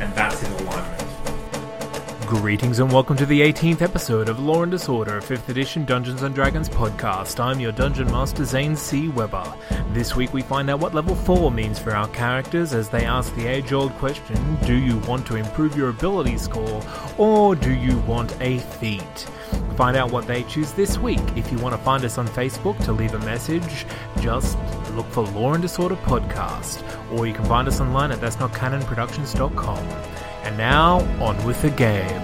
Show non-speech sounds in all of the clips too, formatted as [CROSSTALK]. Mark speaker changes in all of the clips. Speaker 1: and that's in alignment.
Speaker 2: Greetings and welcome to the 18th episode of Law and Disorder, 5th edition Dungeons and Dragons podcast. I'm your dungeon master Zane C. Weber. This week we find out what level 4 means for our characters as they ask the age old question do you want to improve your ability score or do you want a feat? Find out what they choose this week. If you want to find us on Facebook to leave a message, just look for Law and Disorder Podcast, or you can find us online at that's not canonproductions.com. And now, on with the game.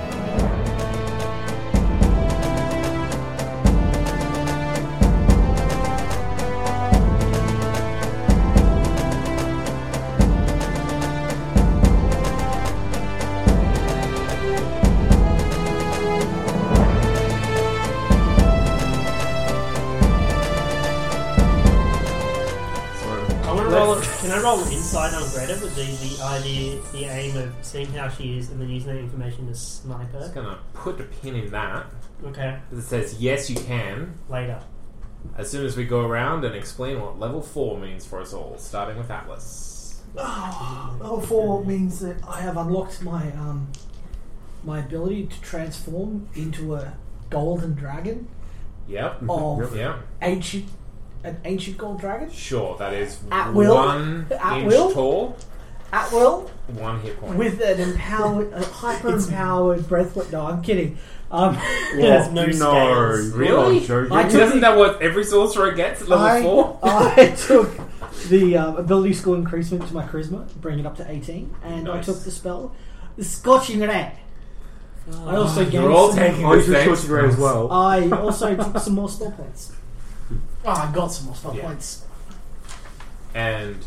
Speaker 3: I want to roll. Can I roll an insight on Greta with the, the idea, the aim of seeing how she is, and then using that information to snipe
Speaker 1: It's
Speaker 3: her?
Speaker 1: gonna put a pin in that
Speaker 3: Okay,
Speaker 1: because it says yes, you can.
Speaker 3: later.
Speaker 1: As soon as we go around and explain what level four means for us all, starting with Atlas.
Speaker 4: Level four means that I have unlocked my um, my ability to transform into a golden dragon,
Speaker 1: Yep.
Speaker 4: [LAUGHS] Of-
Speaker 1: Yeah.
Speaker 4: ancient, an ancient gold dragon
Speaker 1: Sure. That is
Speaker 4: At will.
Speaker 1: one
Speaker 4: At
Speaker 1: inch
Speaker 4: will.
Speaker 1: tall,
Speaker 4: at will
Speaker 1: one hit point.
Speaker 4: with an empowered, a hyper empowered breath. we- No, I'm kidding. Um,
Speaker 3: There's no scales.
Speaker 1: really?
Speaker 4: I took
Speaker 1: Isn't
Speaker 4: the-
Speaker 1: that what every sorcerer gets at level
Speaker 4: I,
Speaker 1: four?
Speaker 4: I took the um, ability score increasement to my charisma, bring it up to 18, and I
Speaker 1: Nice.
Speaker 4: took the spell Scorching Ray. I also gained
Speaker 1: Ah, You're all
Speaker 4: some-
Speaker 1: taking
Speaker 5: I
Speaker 1: these
Speaker 5: took
Speaker 1: things.
Speaker 5: Shorty Grey as well.
Speaker 4: I also took some more spell points. [LAUGHS] Oh, I got some more spell
Speaker 1: Yeah.
Speaker 4: points.
Speaker 1: And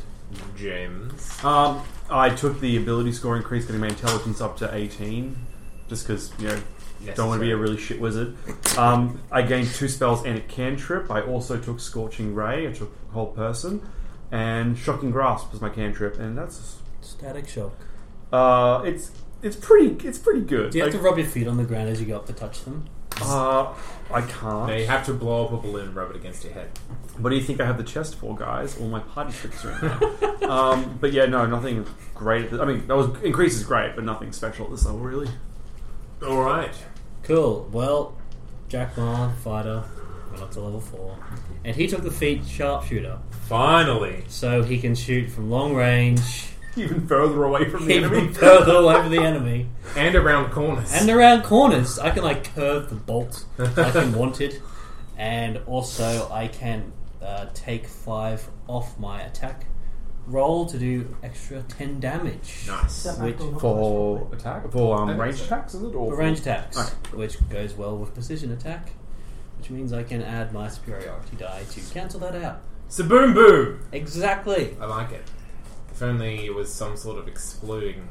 Speaker 1: James.
Speaker 5: Um, I took the ability score increase, getting my intelligence up to 18, just because, you know, don't want to be a
Speaker 1: Necessary.
Speaker 5: really shit wizard. Um, I gained two spells and a cantrip. I also took Scorching Ray, I took Whole Person, and Shocking Grasp was my cantrip, and that's.
Speaker 6: Static shock.
Speaker 5: Uh, it's. It's pretty. It's pretty good.
Speaker 6: Do you have to
Speaker 5: Like,
Speaker 6: rub your feet on the ground as you go up to touch them?
Speaker 5: uh, I can't.
Speaker 1: They have to blow up a balloon and rub it against your head.
Speaker 5: What do you think I have the chest for, guys? All my party tricks are in there. um, but yeah, no, nothing great. At the, I mean, that was increase is great, but nothing special at this level, really.
Speaker 1: All right.
Speaker 6: Cool. Well, Jack Ma, fighter, went up to level 4. And he took the feat sharpshooter.
Speaker 1: Finally.
Speaker 6: So he can shoot from long range, [LAUGHS]
Speaker 1: Even further away from the
Speaker 6: even
Speaker 1: enemy.
Speaker 6: further over the enemy,
Speaker 1: and around corners.
Speaker 6: and around corners. I can, like, curve the bolt like
Speaker 1: [LAUGHS]
Speaker 6: I wanted. And also, I can uh, take 5 off my attack roll to do extra 10 damage.
Speaker 1: nice.
Speaker 6: Which
Speaker 5: For attack, for um,
Speaker 1: think
Speaker 5: range
Speaker 1: so.
Speaker 5: attacks, is it? Or
Speaker 6: for range attacks,
Speaker 5: Okay.
Speaker 6: which goes well with precision attack, which means I can add my superiority die to cancel that out.
Speaker 1: So boom boom.
Speaker 6: Exactly.
Speaker 1: I like it. If only it was some sort of exploding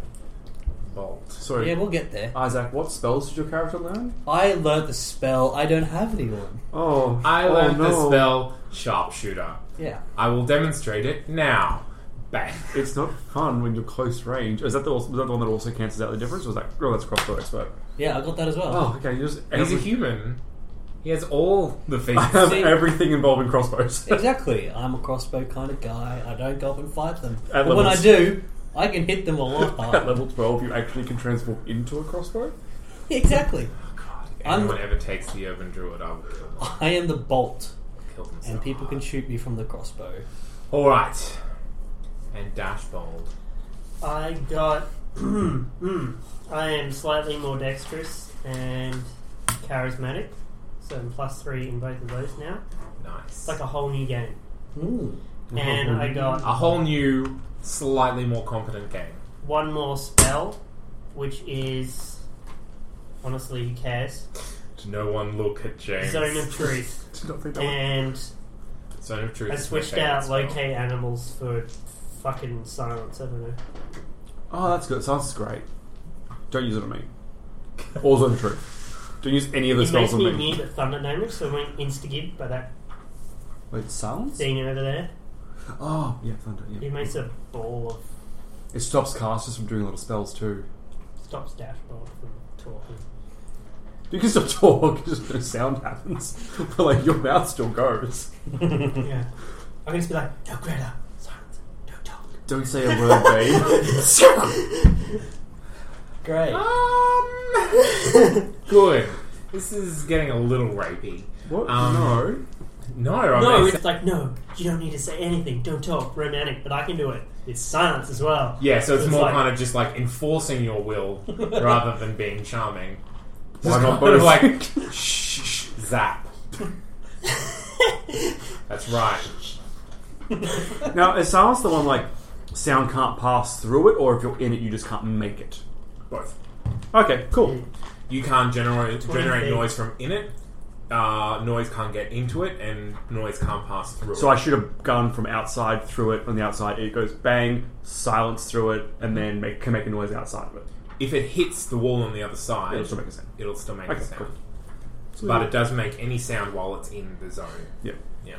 Speaker 1: bolt.
Speaker 5: Sorry,
Speaker 6: Yeah, we'll get there.
Speaker 5: Isaac, what spells did your character learn?
Speaker 6: I learnt the spell. I don't have anyone.
Speaker 5: Oh,
Speaker 1: I
Speaker 5: oh,
Speaker 1: learned
Speaker 5: no.
Speaker 1: the spell sharpshooter.
Speaker 6: Yeah.
Speaker 1: I will demonstrate it now. Bang.
Speaker 5: It's not fun when you're close range. Is that the was that the one that also cancels out the difference? Or was that oh, that's crossbow expert.
Speaker 6: Yeah, I got that as well.
Speaker 5: Oh, okay. You just
Speaker 1: He's a
Speaker 5: every-
Speaker 1: human. He has all
Speaker 5: [LAUGHS]
Speaker 1: the
Speaker 5: I
Speaker 1: feats.
Speaker 5: have
Speaker 6: See-
Speaker 5: everything involving crossbows.
Speaker 6: Exactly. I'm a crossbow kind of guy. I don't go up and fight them.
Speaker 5: At
Speaker 6: but when I
Speaker 5: levels-
Speaker 6: do, I can hit them a lot
Speaker 5: At
Speaker 7: [LAUGHS]
Speaker 6: harder.
Speaker 5: level twelve, you actually can transform into a crossbow.
Speaker 6: exactly.
Speaker 7: Oh,
Speaker 1: If
Speaker 6: I'm-
Speaker 1: anyone ever takes the urban druid, I will kill them.
Speaker 6: I am the bolt,
Speaker 1: Kill them so
Speaker 6: and people
Speaker 1: hard.
Speaker 6: can shoot me from the crossbow.
Speaker 1: All right. And dash bold.
Speaker 3: I got. [CLEARS THROAT] mm, I am slightly more dexterous and charismatic, so I'm plus three in both of those now.
Speaker 1: Nice.
Speaker 3: It's like a whole new game.
Speaker 8: Ooh.
Speaker 3: And I
Speaker 1: A
Speaker 3: got
Speaker 1: whole new, slightly more competent game.
Speaker 3: one more spell, which is honestly who cares?
Speaker 1: No one look at James.
Speaker 3: Zone of Truth.
Speaker 7: [LAUGHS] Did not think that would-
Speaker 3: And
Speaker 1: Zone of Truth.
Speaker 3: I
Speaker 1: is my
Speaker 3: switched
Speaker 1: favourite
Speaker 3: out
Speaker 1: spell.
Speaker 3: locate animals for fucking silence. I don't know.
Speaker 7: Oh, that's good. Sounds great. Don't use it on me. Also the truth. Don't use any of the
Speaker 3: It
Speaker 7: spells
Speaker 3: makes
Speaker 7: on
Speaker 3: me
Speaker 7: me.
Speaker 3: immune to thunder damage, so I went instigated by that
Speaker 7: Wait, silence?
Speaker 3: thing over there.
Speaker 7: Oh, yeah, thunder.
Speaker 3: It
Speaker 7: Yeah.
Speaker 3: makes a ball
Speaker 7: It stops casters from doing little spells too.
Speaker 3: of stops dashboard from
Speaker 7: [LAUGHS]
Speaker 3: talking.
Speaker 7: You can still [LAUGHS] talk, just no sound happens. [LAUGHS] but like your mouth still goes.
Speaker 3: yeah, I can just be like, no, Greta, silence, no talk.
Speaker 7: Don't say a word, babe.
Speaker 6: [LAUGHS]
Speaker 8: Great.
Speaker 4: Ah.
Speaker 7: [LAUGHS]
Speaker 1: Good. This is getting a little rapey.
Speaker 7: what?
Speaker 1: Um,
Speaker 7: no.
Speaker 1: No, I
Speaker 3: No,
Speaker 1: mean,
Speaker 3: it's like no. You don't need to say anything. Don't talk. Romantic, but I can do it. It's silence as well.
Speaker 1: yeah. So it's,
Speaker 3: It's
Speaker 1: more
Speaker 3: like-
Speaker 1: kind of just like enforcing your
Speaker 3: [LAUGHS]
Speaker 1: will rather than being charming.
Speaker 7: Why not
Speaker 1: Kind of
Speaker 7: both?
Speaker 1: like [LAUGHS] shh, shh, zap. That's right.
Speaker 7: Now, is silence the one like sound can't pass through it, or if you're in it, you just can't make it?
Speaker 1: Both.
Speaker 7: Okay, cool.
Speaker 1: You can't generate generate
Speaker 3: feet.
Speaker 1: noise from in it. Uh, noise can't get into it, and noise can't pass through.
Speaker 7: So
Speaker 1: it.
Speaker 7: I shoot a gun from outside through it. On the outside, it goes bang, silence through it, and then make, can make a noise outside of it.
Speaker 1: if it hits the wall on the other side,
Speaker 7: It'll still make a sound.
Speaker 1: It'll still make
Speaker 7: Okay,
Speaker 1: a sound,
Speaker 7: cool.
Speaker 1: but it does make any sound while it's in the zone.
Speaker 7: Yeah.
Speaker 1: Yeah.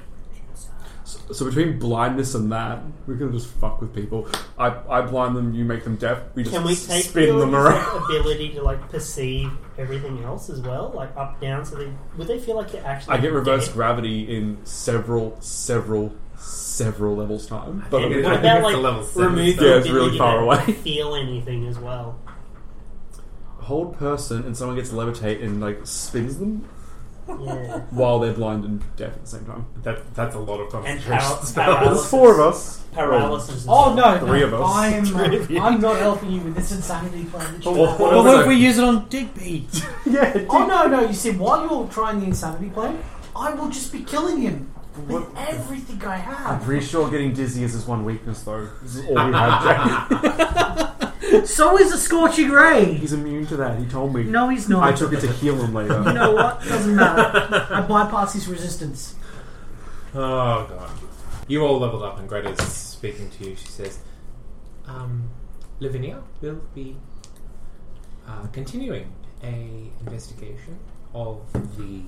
Speaker 7: So, so between blindness and that, Uh, we can just fuck with people. I, I blind them, you make them deaf. We just
Speaker 3: Can we take
Speaker 7: spin
Speaker 3: your
Speaker 7: them around.
Speaker 3: ability to like perceive everything else as well, like up down? So they would they feel like they're actually?
Speaker 7: I get reverse
Speaker 3: dead?
Speaker 7: gravity in several, several, several levels time. [LAUGHS] But
Speaker 1: think it-
Speaker 3: What
Speaker 1: I
Speaker 3: about
Speaker 1: it's
Speaker 3: like
Speaker 1: the level seven
Speaker 3: remove
Speaker 1: spell.
Speaker 3: the
Speaker 7: Yeah, it's
Speaker 3: ability
Speaker 7: really
Speaker 3: [LAUGHS]
Speaker 7: far
Speaker 3: to
Speaker 7: away.
Speaker 3: Feel anything as well?
Speaker 7: hold person and someone gets levitate and like spins them
Speaker 3: Yeah,
Speaker 7: while they're blind and deaf at the same time.
Speaker 1: That, that's a lot of
Speaker 3: and
Speaker 1: concentration.
Speaker 3: par-
Speaker 7: There's
Speaker 3: paralysis.
Speaker 7: four of us.
Speaker 3: Paralysis. as
Speaker 4: Oh
Speaker 3: well.
Speaker 4: no,
Speaker 7: [LAUGHS] Three
Speaker 4: no,
Speaker 7: of us.
Speaker 4: I'm, uh,
Speaker 3: Three of you.
Speaker 4: I'm not helping you with this insanity plan. that you
Speaker 7: Well,
Speaker 4: have.
Speaker 7: what
Speaker 8: But
Speaker 7: else
Speaker 8: what if
Speaker 7: I-
Speaker 8: we use it on Digby?
Speaker 7: Yeah. dude.
Speaker 4: Oh no, no! You see, while you're trying the insanity plan, I will just be killing him with everything I
Speaker 7: I'm
Speaker 4: have.
Speaker 7: pretty sure getting dizzy is his one weakness, though. This is all we have. Jack.
Speaker 4: [LAUGHS] So is the scorching ray.
Speaker 7: He's immune to that. He told me.
Speaker 4: No, he's not.
Speaker 7: I took it to heal him later.
Speaker 4: You know what? Doesn't matter. I bypass his resistance.
Speaker 1: Oh god. You all leveled up and Greta's speaking to you. She says, um, Lavinia will be uh, continuing a investigation of the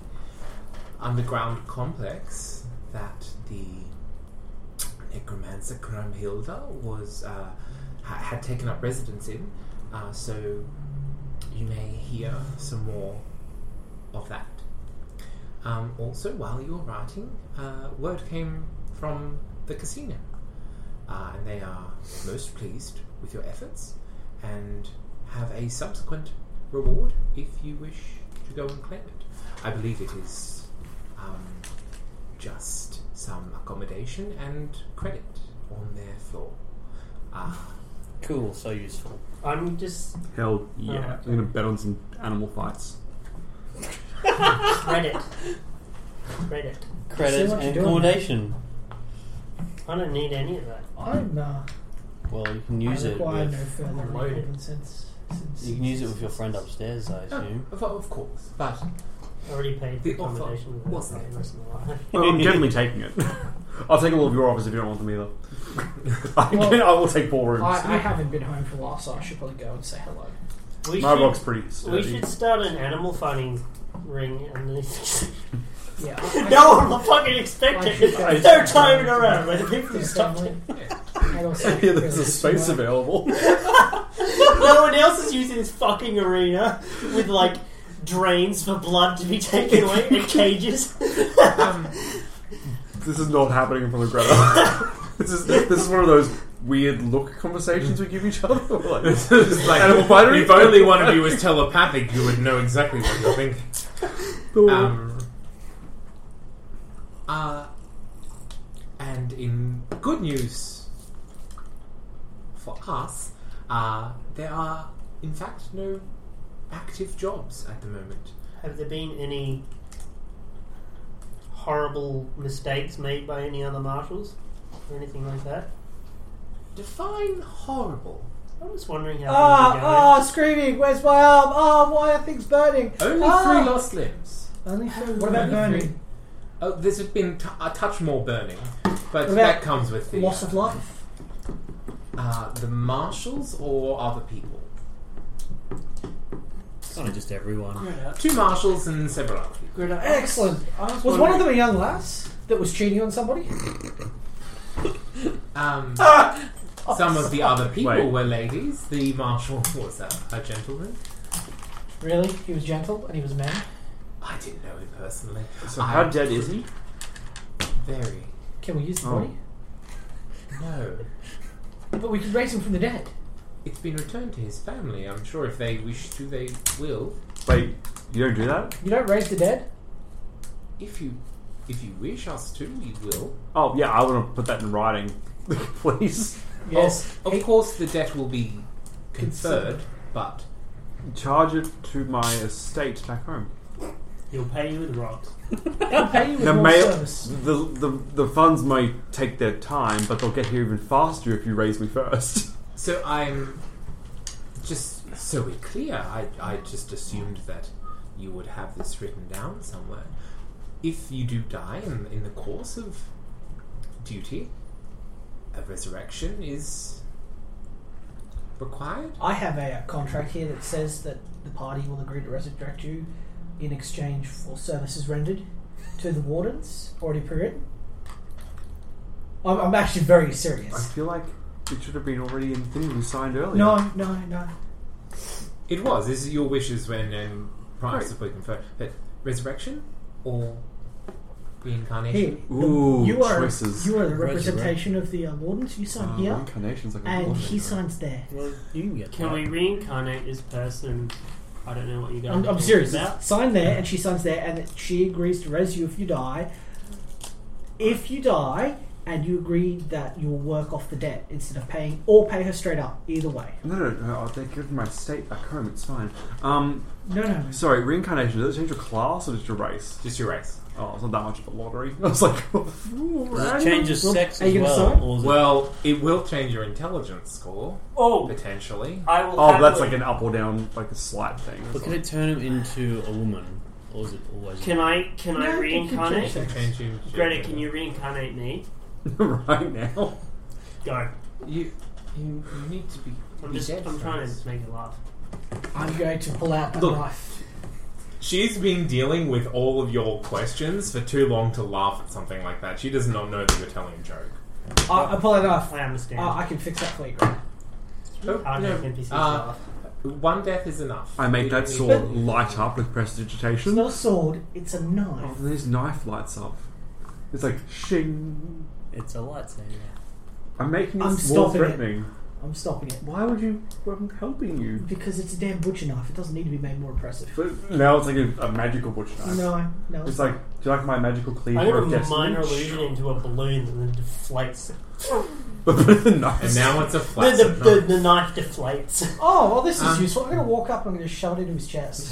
Speaker 1: underground complex that the necromancer Grimhilda was uh, ha- had taken up residence in. Uh, so you may hear some more of that um, also, while you were writing, uh, word came from the casino, uh, and they are most pleased with your efforts and have a subsequent reward if you wish to go and claim it. I believe it is um, just some accommodation and credit on their floor. Uh,
Speaker 8: cool, so useful.
Speaker 3: I'm just
Speaker 7: Hell
Speaker 3: yeah.
Speaker 7: I'm gonna bet on some animal fights.
Speaker 3: credit. credit.
Speaker 8: Credit
Speaker 4: See what
Speaker 8: and
Speaker 4: you're doing.
Speaker 8: accommodation.
Speaker 3: I don't need any of that.
Speaker 4: I'm. Uh,
Speaker 8: Well, you can use
Speaker 4: I
Speaker 8: it.
Speaker 4: require no
Speaker 8: With,
Speaker 4: further
Speaker 1: Loaded.
Speaker 4: recruitment since. since
Speaker 8: you can use it with your friend upstairs, I assume.
Speaker 1: of, of course, but
Speaker 3: I already paid
Speaker 1: The
Speaker 3: the
Speaker 1: offer
Speaker 3: accommodation. for
Speaker 1: was
Speaker 3: that
Speaker 1: there.
Speaker 3: rest of my life.
Speaker 7: Well, [LAUGHS] I'm definitely taking it. I'll take all of your offers if you don't want them either. [LAUGHS] I, can, [LAUGHS] I will take four rooms.
Speaker 4: I, I haven't been home for a while, so I should probably go and say hello.
Speaker 3: We
Speaker 7: My
Speaker 3: should-
Speaker 7: rock's pretty
Speaker 3: We
Speaker 7: sturdy. [LAUGHS]
Speaker 3: should start an animal fighting ring and then
Speaker 4: Yeah.
Speaker 8: [LAUGHS]
Speaker 3: [LAUGHS] No one will fucking expect
Speaker 4: I
Speaker 3: it.
Speaker 4: should go.
Speaker 3: They're timing around when people
Speaker 4: Their
Speaker 3: just stop
Speaker 4: family. And also,
Speaker 7: yeah, there's
Speaker 4: really,
Speaker 7: a space
Speaker 1: [LAUGHS]
Speaker 4: somewhere.
Speaker 7: available.
Speaker 3: No one else is using this fucking arena with like drains for blood to be taken away and cages.
Speaker 7: this is not happening in front of Greta. [LAUGHS] this is this is one of those weird look conversations we give each other. [LAUGHS] We're like, [LAUGHS]
Speaker 1: it's like
Speaker 7: Animal fighter?
Speaker 1: if only one of you was telepathic, you would know exactly what you're thinking.
Speaker 7: [LAUGHS]
Speaker 1: Um, uh, and in good news for us, uh, there are in fact no active jobs at the moment.
Speaker 3: Have there been any horrible mistakes made by any other marshals or anything like that?
Speaker 9: Define horrible.
Speaker 3: I'm just wondering how things
Speaker 4: Ah,
Speaker 3: are
Speaker 4: ah, screaming, where's my arm? Ah, why are things burning?
Speaker 1: Only
Speaker 4: Ah.
Speaker 1: three lost limbs.
Speaker 4: Only three. What
Speaker 1: about
Speaker 4: about
Speaker 1: burning?
Speaker 4: burning?
Speaker 1: Oh, there's been t- a touch more burning, but
Speaker 4: What about
Speaker 1: that comes with the
Speaker 4: Loss of life.
Speaker 1: uh, the marshals or other people.
Speaker 10: Kind of just everyone.
Speaker 1: Two marshals and several other people.
Speaker 4: Good, uh, Excellent.
Speaker 1: was
Speaker 4: Was, one of them a young lass that was cheating on somebody?
Speaker 5: [LAUGHS]
Speaker 1: Um, some of the other people
Speaker 5: Ah! Wait.
Speaker 1: were ladies. The marshal [LAUGHS] was a, a gentleman.
Speaker 4: Really? He was gentle and he was a man.
Speaker 1: I didn't know him personally.
Speaker 5: So
Speaker 1: I-
Speaker 5: how dead is he?
Speaker 1: Very.
Speaker 4: Can we use the
Speaker 5: Oh.
Speaker 4: body?
Speaker 1: No.
Speaker 4: But we could raise him from the dead.
Speaker 1: It's been returned to his family. I'm sure if they wish to, they will.
Speaker 5: Wait, you don't do that?
Speaker 4: You don't raise the dead?
Speaker 1: If you, if you wish us to, we will.
Speaker 5: Oh yeah, I want to put that in writing, please.
Speaker 4: Yes.
Speaker 1: Of
Speaker 4: He-
Speaker 1: course, the debt will be conferred, but
Speaker 5: Charge it to my estate back home.
Speaker 3: You'll pay you with rocks.
Speaker 4: I'll pay you with
Speaker 5: The
Speaker 4: more
Speaker 5: mail,
Speaker 4: service.
Speaker 5: the, the the funds may take their time, but they'll get here even faster if you raise me first. [LAUGHS]
Speaker 1: so I'm just so we're clear. I I just assumed that you would have this written down somewhere. If you do die in, in the course of duty, a resurrection is required.
Speaker 4: I have a, uh contract here that says that the party will agree to resurrect you in exchange for services rendered to the wardens. Already pre-written. I'm, I'm actually very
Speaker 5: I
Speaker 4: serious.
Speaker 5: feel like it should have been already in the thing we signed earlier.
Speaker 4: No, no, no.
Speaker 1: It was. This is your wishes when um, prime principally conferred. But resurrection or
Speaker 4: Here,
Speaker 1: reincarnation?
Speaker 4: the-
Speaker 5: Ooh,
Speaker 4: you are
Speaker 5: choices.
Speaker 4: you are the representation of the uh, wardens. You sign
Speaker 5: Uh,
Speaker 4: here,
Speaker 5: reincarnation's like a
Speaker 4: and
Speaker 5: water
Speaker 4: he
Speaker 5: thing, right?
Speaker 4: signs there.
Speaker 10: Well, you can get
Speaker 3: Can
Speaker 10: that.
Speaker 3: we reincarnate this person? I don't know what you guys.
Speaker 4: I'm,
Speaker 3: are
Speaker 4: I'm
Speaker 3: talking
Speaker 4: serious.
Speaker 3: About.
Speaker 4: Sign there, and she signs there, and that she agrees to res you if you die. If you die, and you agree that you'll work off the debt instead of paying, or pay her straight up, either way.
Speaker 5: No, no, no, I'll take it to my estate back home. It's fine. Um,
Speaker 4: No, no, no.
Speaker 5: sorry, reincarnation. Does it change your class or just your race?
Speaker 1: Just your race.
Speaker 5: Oh, it's not that much of a lottery. [LAUGHS] I was like,
Speaker 10: Does it change of sex
Speaker 4: Are
Speaker 10: as
Speaker 4: you gonna
Speaker 10: well?
Speaker 4: sign?
Speaker 10: Or is it-
Speaker 1: Well, it will change your intelligence score
Speaker 3: Oh,
Speaker 1: potentially.
Speaker 3: I will.
Speaker 5: oh, that's
Speaker 3: happily-
Speaker 5: like an up or down, like a slight thing.
Speaker 10: but can it turn him into a woman? Or is it always.
Speaker 3: Can I? Can
Speaker 4: No, you
Speaker 3: I
Speaker 4: can
Speaker 3: reincarnate?
Speaker 4: change it.
Speaker 1: Change your-
Speaker 3: Greta, can you reincarnate me?
Speaker 5: [LAUGHS] right now.
Speaker 3: Go.
Speaker 1: You, you you need to be.
Speaker 3: I'm
Speaker 1: be
Speaker 3: just.
Speaker 1: dead
Speaker 3: I'm trying
Speaker 1: first.
Speaker 3: to make it laugh.
Speaker 4: I'm going to pull out a
Speaker 1: Look.
Speaker 4: knife.
Speaker 1: She's been dealing with all of your questions for too long to laugh at something like that. She does not know that you're telling a joke.
Speaker 4: I, I pull out a knife.
Speaker 3: I understand.
Speaker 4: Uh, I, I can fix that for you. Greg.
Speaker 3: Hard to make NPCs
Speaker 1: Oh, Uh,
Speaker 3: laugh.
Speaker 1: one death is enough.
Speaker 5: I make
Speaker 1: We
Speaker 5: that
Speaker 1: don't need-
Speaker 5: sword light up with prestidigitation.
Speaker 4: It's not a sword. It's a knife.
Speaker 5: Oh, this knife lights up. It's like shing.
Speaker 10: It's a lightsaber.
Speaker 5: I'm making
Speaker 4: I'm
Speaker 5: this more
Speaker 4: stopping it.
Speaker 5: threatening.
Speaker 4: I'm stopping it
Speaker 5: Why would you? I'm helping you.
Speaker 4: because it's a damn butcher knife. It doesn't need to be made more impressive.
Speaker 5: But now it's like a, a magical butcher knife.
Speaker 4: No, no.
Speaker 5: It's like, do you like my magical
Speaker 3: I
Speaker 5: cleaver of
Speaker 3: got a minor
Speaker 5: destiny?
Speaker 3: illusion into a balloon and then deflates.
Speaker 5: But the knife.
Speaker 1: And now it's a
Speaker 3: The,
Speaker 1: flat.
Speaker 3: the,
Speaker 1: surprise.
Speaker 3: the, the knife
Speaker 1: [LAUGHS]
Speaker 3: deflates.
Speaker 4: oh, well, this is useful. I'm going to walk up. and I'm going to shove it into his chest.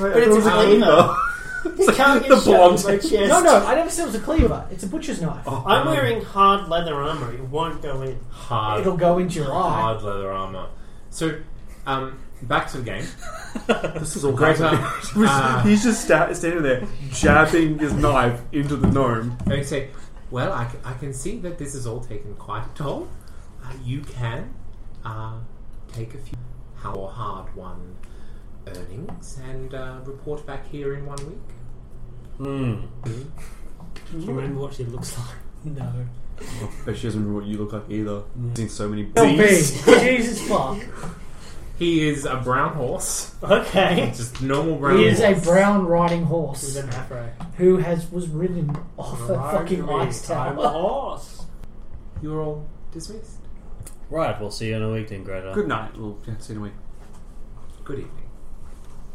Speaker 5: but
Speaker 3: it's a
Speaker 4: [LAUGHS]
Speaker 3: cleaver.
Speaker 10: [LAUGHS]
Speaker 5: It's
Speaker 3: Can't
Speaker 5: like
Speaker 3: get
Speaker 5: the
Speaker 3: shoved in
Speaker 5: blonde.
Speaker 3: my chest.
Speaker 4: no, no. I never said it was a cleaver. It's a butcher's knife.
Speaker 1: Oh.
Speaker 3: I'm wearing hard leather armor. It won't go in.
Speaker 1: hard
Speaker 4: It'll go into your eye.
Speaker 1: hard leather armor. So, um, back to the game.
Speaker 5: This is all
Speaker 1: Greater,
Speaker 5: happening.
Speaker 1: uh,
Speaker 5: [LAUGHS] He's just sta- standing there, jabbing his knife into the gnome.
Speaker 1: And you say, "Well, I, c- I can see that this is all taken quite a toll. Uh, you can uh, take a few how or hard won earnings and uh, report back here in one week."
Speaker 10: Hmm.
Speaker 3: Do you remember what she looks like?
Speaker 4: No.
Speaker 5: But she doesn't remember what you look like either. Seen so many
Speaker 4: [LAUGHS] Jesus fuck.
Speaker 1: He is a brown horse,
Speaker 3: Okay.
Speaker 1: just normal brown.
Speaker 4: He is a
Speaker 1: horse.
Speaker 4: brown riding
Speaker 3: With
Speaker 4: horse
Speaker 3: an afro.
Speaker 4: who has was ridden off a fucking
Speaker 3: Ride me,
Speaker 4: ice
Speaker 3: I'm a
Speaker 4: tower.
Speaker 3: horse.
Speaker 1: You're all dismissed.
Speaker 10: Right, we'll see you in a week then, Greta.
Speaker 5: Good night. We'll yeah, see you in a week.
Speaker 1: Good evening.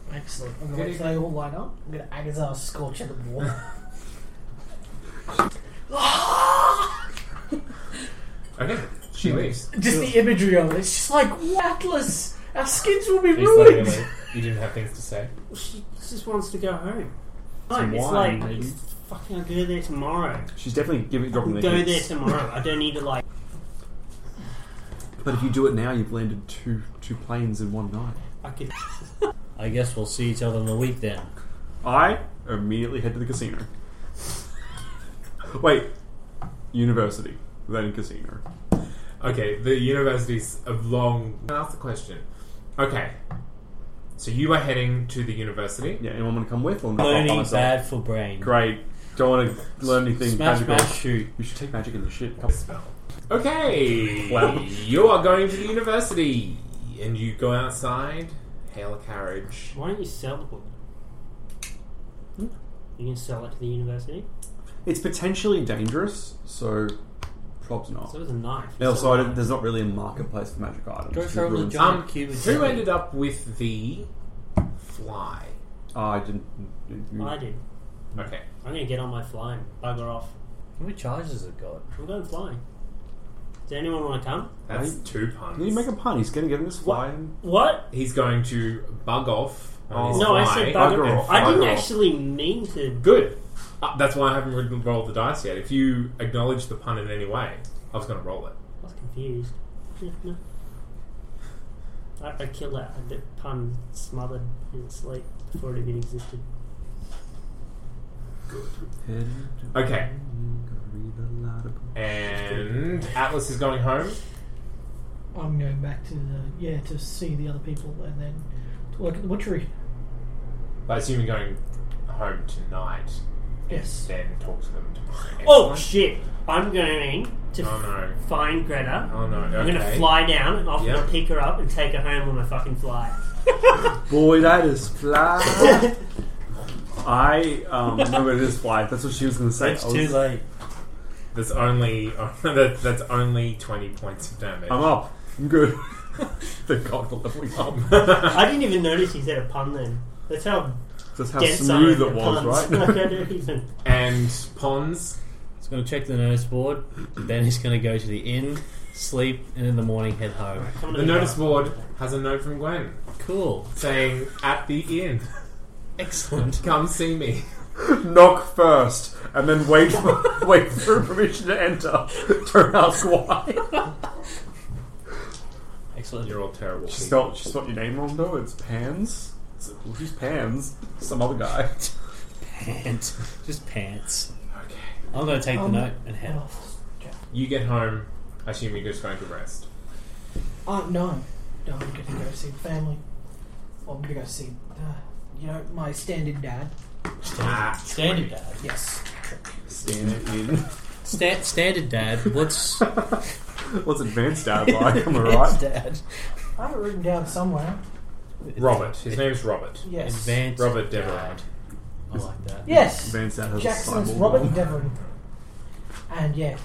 Speaker 4: Excellent. I'm going to wait till they all line up. I'm going to Agazar scorch at the wall. [LAUGHS]
Speaker 1: Okay, she leaves.
Speaker 4: Just the imagery of it. It's just like, "What, Atlas, our skins will be
Speaker 1: He's like,
Speaker 4: ruined.
Speaker 1: "Really? you didn't have things to say.
Speaker 3: She just wants to go home. No,
Speaker 5: Some
Speaker 3: it's
Speaker 5: wine,
Speaker 3: like
Speaker 5: maybe.
Speaker 3: it's Fucking, I'll go there tomorrow.
Speaker 5: She's definitely giving dropping the
Speaker 3: Go
Speaker 5: hints.
Speaker 3: there tomorrow. I don't need to like.
Speaker 5: But if you do it now, you've landed two two planes in one night.
Speaker 3: I could.
Speaker 10: I guess we'll see each other in a week then.
Speaker 5: I immediately head to the casino. Wait, university, then casino.
Speaker 1: Okay, the university's a long. Can I ask the question? Okay, so you are heading to the university.
Speaker 5: Yeah, anyone want to come with or not?
Speaker 10: Learning
Speaker 5: myself.
Speaker 10: bad for brain.
Speaker 5: Great. Don't want to learn anything
Speaker 10: Smash,
Speaker 5: magical.
Speaker 10: smash, shoot.
Speaker 5: You should take magic in the shit.
Speaker 1: Spell. Okay,
Speaker 5: Wow.
Speaker 1: you are going to the university, and you go outside, hail a carriage.
Speaker 3: Why don't you sell the book? You can sell it to the university.
Speaker 5: It's potentially dangerous, so probs not.
Speaker 3: So there's a knife.
Speaker 5: And also,
Speaker 3: Sell
Speaker 5: I
Speaker 3: a
Speaker 5: don't-
Speaker 3: knife.
Speaker 5: there's not really a marketplace for magic items.
Speaker 10: Go
Speaker 5: It
Speaker 10: for a
Speaker 5: ruins-
Speaker 10: giant
Speaker 1: Um,
Speaker 10: cube of
Speaker 1: who
Speaker 10: jelly.
Speaker 1: ended up with the fly?
Speaker 5: Oh, I didn't. you-
Speaker 3: I did.
Speaker 1: Okay,
Speaker 3: I'm gonna get on my flying. Bugger off.
Speaker 10: How many charges it got?
Speaker 3: I'm going flying. Does anyone want to come?
Speaker 1: that's two puns.
Speaker 5: Can you make a pun? He's going to give him this fly. and-
Speaker 3: What?
Speaker 1: He's going to bug off.
Speaker 5: Oh.
Speaker 1: On his
Speaker 3: No, I
Speaker 1: fly
Speaker 3: said bugger,
Speaker 1: and
Speaker 3: off. I didn't
Speaker 1: bugger off.
Speaker 3: actually mean to.
Speaker 1: Good. Uh, that's why I haven't written, rolled the dice yet. If you acknowledge the pun in any way, I was going to roll it.
Speaker 3: I was confused. Yeah, no. I, I killed that. The pun smothered in its sleep before it even existed.
Speaker 1: Okay. And Atlas is going home.
Speaker 4: I'm going back to the yeah to see the other people and then to work at the butchery.
Speaker 1: I assume you're going home tonight.
Speaker 4: Yes.
Speaker 1: Then talk to them tomorrow.
Speaker 3: Oh
Speaker 1: Excellent.
Speaker 3: shit! I'm going
Speaker 1: Oh
Speaker 3: to
Speaker 1: no.
Speaker 3: find Greta.
Speaker 1: Oh no. Okay.
Speaker 3: I'm gonna fly down and I'm
Speaker 1: Yeah.
Speaker 3: gonna pick her up and take her home on my fucking fly.
Speaker 5: Boy, that is fly. I um, remember this fly. That's what she was going to say. Oh,
Speaker 10: It's
Speaker 5: I was-
Speaker 10: too late.
Speaker 1: That's only [LAUGHS] that, that's only twenty points of damage.
Speaker 5: I'm up. I'm good. Thank God for leveling up.
Speaker 3: I didn't even notice he said a pun then. That's how
Speaker 5: That's how
Speaker 3: dense I
Speaker 5: smooth
Speaker 3: am
Speaker 5: it
Speaker 3: at
Speaker 5: was,
Speaker 3: puns.
Speaker 5: right?
Speaker 3: [LAUGHS] Like, I
Speaker 1: [LAUGHS]
Speaker 3: don't even-
Speaker 1: And
Speaker 3: [LAUGHS]
Speaker 1: Pons.
Speaker 10: He's going to check the notice board, then he's going to go to the inn, sleep, and in the morning head home.
Speaker 3: Come to
Speaker 1: The
Speaker 3: me,
Speaker 1: notice
Speaker 3: guys.
Speaker 1: board has a note from Gwen
Speaker 10: Cool.
Speaker 1: saying, "At the inn,
Speaker 10: Excellent.
Speaker 1: come see me."
Speaker 5: [LAUGHS] Knock first, and then wait for [LAUGHS] wait for permission to enter. Don't ask why.
Speaker 10: Excellent.
Speaker 1: You're all terrible.
Speaker 5: She
Speaker 1: people.
Speaker 5: spelled, she spelled your name wrong though. It's Pans. It's- Who's Pans? Some
Speaker 10: [LAUGHS]
Speaker 5: other guy.
Speaker 10: Pants. Just pants.
Speaker 1: Okay.
Speaker 10: I'm going to take
Speaker 4: Um,
Speaker 10: the note and head off.
Speaker 1: You get home. I assume you're just going to rest.
Speaker 4: Uh, no, no, I'm going to go see the family. Well, I'm going to go see, uh, you know, my stand-in dad.
Speaker 1: Ah,
Speaker 10: Standard dad.
Speaker 4: Yes.
Speaker 5: Stand in.
Speaker 10: Sta- standard dad. What's
Speaker 5: [LAUGHS] What's advanced dad like? Am I right?
Speaker 10: dad?
Speaker 4: I have it written down somewhere.
Speaker 1: Robert. His name's Robert.
Speaker 4: Yes.
Speaker 10: Advanced
Speaker 1: Robert
Speaker 10: dad.
Speaker 1: Deverard.
Speaker 10: I like that.
Speaker 4: Yes.
Speaker 5: Advanced dad has
Speaker 4: Jackson's
Speaker 5: a cyborg
Speaker 4: Robert
Speaker 5: arm.
Speaker 4: Devlin. And yeah,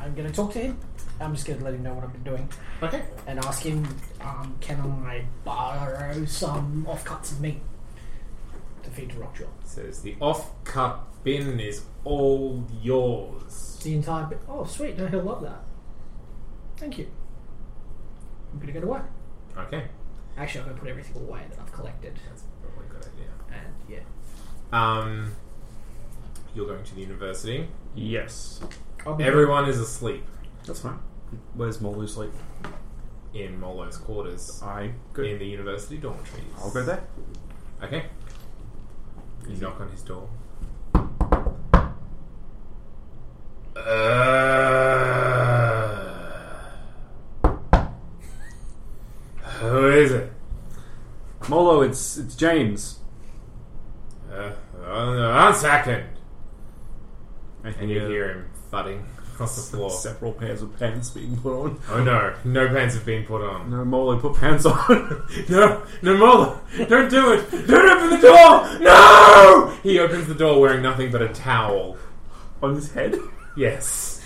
Speaker 4: I'm going to talk to him. I'm just going to let him know what I've been doing
Speaker 1: Okay.
Speaker 4: and ask him, um, can I borrow some offcuts of meat to feed to Rockjaw?
Speaker 1: Says the off-cut bin is all yours.
Speaker 4: The entire bit. Oh, sweet. No, he'll love that. Thank you. I'm going to go to work.
Speaker 1: Okay.
Speaker 4: Actually, I'm going to put everything away that I've collected.
Speaker 1: That's probably a good idea.
Speaker 4: And yeah.
Speaker 1: Um, you're going to the university.
Speaker 5: Yes.
Speaker 4: I'll be
Speaker 1: Everyone is asleep
Speaker 5: That's fine. Where's Molu's like?
Speaker 1: in Molo's quarters
Speaker 5: I
Speaker 1: in
Speaker 5: good.
Speaker 1: the university dormitories.
Speaker 5: I'll go there.
Speaker 1: Okay. You knock on his door. Uh, who is it?
Speaker 5: Molo, it's it's James.
Speaker 1: Uh, uh, one second. And you
Speaker 5: uh,
Speaker 1: hear him thudding across the floor.
Speaker 5: several pairs of pants being put on.
Speaker 1: Oh no, no pants have been put on.
Speaker 5: No, Molo, put pants on.
Speaker 1: [LAUGHS] No, no, Mola, don't do it! Don't open the door! No! He opens the door wearing nothing but a towel.
Speaker 5: on his head.
Speaker 1: Yes.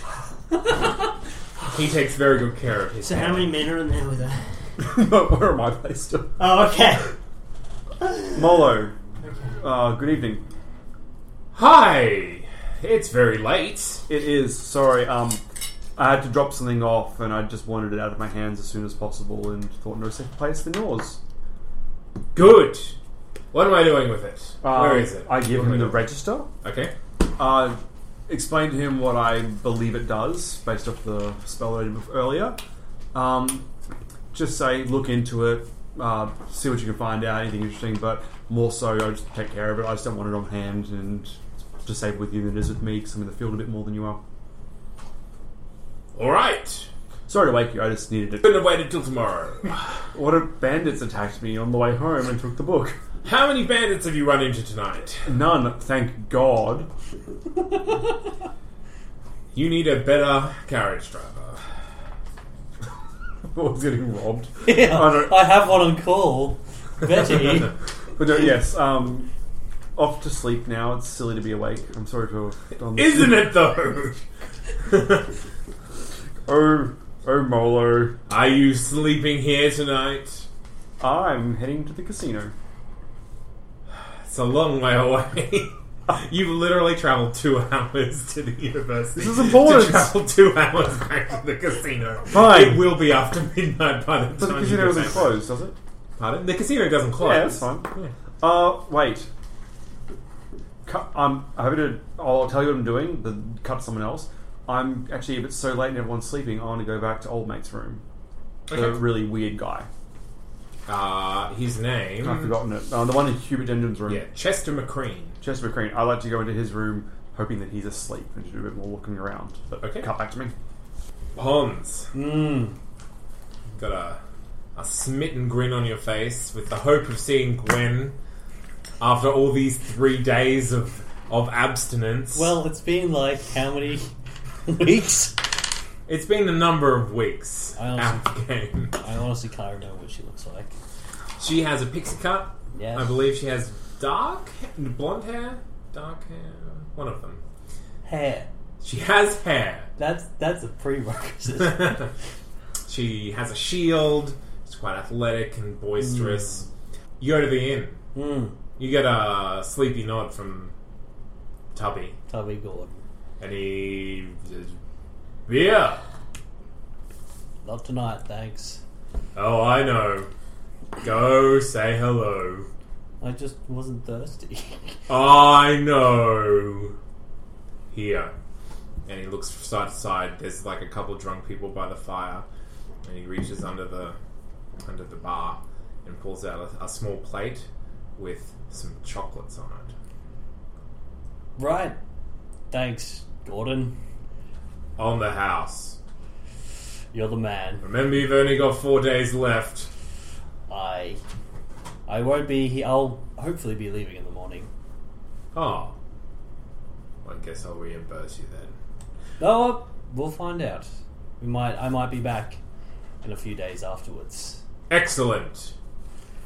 Speaker 5: [LAUGHS]
Speaker 1: he takes very good care of his.
Speaker 3: So how many men are in there with her?
Speaker 5: No, Where am I placed?
Speaker 3: Oh, okay.
Speaker 5: Molo. Uh, good evening.
Speaker 1: Hi! It's very late.
Speaker 5: It is. Sorry. Um, I had to drop something off, and I just wanted it out of my hands as soon as possible, and thought no safer place than yours.
Speaker 1: Good. What am I doing with it?
Speaker 5: Um,
Speaker 1: Where is it?
Speaker 5: Uh, I give
Speaker 1: What am
Speaker 5: him the
Speaker 1: doing?
Speaker 5: register.
Speaker 1: Okay.
Speaker 5: Uh, explain to him what I believe it does based off the spell that I did bef- earlier. Um, just say, look into it, uh, see what you can find out, anything interesting, but more so, I just take care of it. I just don't want it on hand and to save with you than it is with me because I'm in the field a bit more than you are.
Speaker 1: All right.
Speaker 5: Sorry to wake you, I just needed it.
Speaker 1: Couldn't have waited till tomorrow.
Speaker 5: [SIGHS] What if bandits attacked me on the way home and took the book?
Speaker 1: How many bandits have you run into tonight?
Speaker 5: None, thank God.
Speaker 1: You need a better
Speaker 5: [LAUGHS]
Speaker 1: carriage driver.
Speaker 5: I was getting
Speaker 1: [LAUGHS]
Speaker 5: robbed.
Speaker 3: Yeah,
Speaker 5: I don't-
Speaker 3: I, have one on call. Betty.
Speaker 1: [LAUGHS]
Speaker 5: But uh, yes, um, off to sleep now. It's silly to be awake. I'm sorry to have done this.
Speaker 1: Isn't it though?
Speaker 5: [LAUGHS] Oh, oh, Molo.
Speaker 1: Are you sleeping here tonight?
Speaker 5: Ah, I'm heading to the casino.
Speaker 1: It's a long way away. [LAUGHS] You've literally traveled two hours to the university.
Speaker 5: This is important.
Speaker 1: To travel two hours back to the casino.
Speaker 5: Fine.
Speaker 1: It will be after midnight by the
Speaker 5: But the
Speaker 1: time
Speaker 5: casino
Speaker 1: you get
Speaker 5: isn't
Speaker 1: back.
Speaker 5: closed, does it?
Speaker 1: Pardon? The casino doesn't close.
Speaker 5: Yeah, that's fine. Uh, wait. Cut, I'm happy to. I'll tell you what I'm doing. The cut someone else. I'm actually if it's so late and everyone's sleeping, I want to go back to old mate's room. The
Speaker 1: Okay.
Speaker 5: really weird guy.
Speaker 1: Uh, his name.
Speaker 5: I've forgotten it. Uh, the one in Hubert Denham's room.
Speaker 1: Yeah, Chester McCrean.
Speaker 5: Chester McCrane. I like to go into his room hoping that he's asleep and to do a bit more looking around. But
Speaker 1: Okay.
Speaker 5: cut back to me.
Speaker 1: Hans,
Speaker 7: Hmm.
Speaker 3: Mm.
Speaker 1: got a, a smitten grin on your face with the hope of seeing Gwen after all these three days of, of abstinence.
Speaker 3: Well, it's been like how many weeks?
Speaker 1: it's been a number of weeks
Speaker 3: I
Speaker 1: out of the game.
Speaker 3: I honestly can't remember what she looks like.
Speaker 1: She has a pixie cut.
Speaker 3: Yes.
Speaker 1: I believe she has dark, blonde hair, dark hair. One of them.
Speaker 3: Hair.
Speaker 1: She has hair. [LAUGHS]
Speaker 3: That's that's a prerequisite.
Speaker 1: she has a shield. She's quite athletic and boisterous. You go to the inn.
Speaker 3: mm.
Speaker 1: You get a sleepy nod from Tubby,
Speaker 3: Tubby Gordon.
Speaker 1: and he says, "Beer."
Speaker 3: Not tonight, thanks.
Speaker 1: Oh, I know. Go say hello.
Speaker 3: I just wasn't
Speaker 4: [LAUGHS]
Speaker 3: thirsty.
Speaker 1: I know. Here. And he looks from side to side. There's like a couple drunk people by the fire. And he reaches under the under the bar and pulls out a, a small plate with some chocolates on it.
Speaker 3: right. Thanks, Gordon.
Speaker 1: On the house.
Speaker 3: You're the man.
Speaker 1: Remember you've only got four days left.
Speaker 3: I I won't be he- I'll hopefully be leaving in the morning.
Speaker 1: Oh. I guess I'll reimburse you then.
Speaker 3: No, we'll find out. We might I might be back in a few days afterwards.
Speaker 1: Excellent.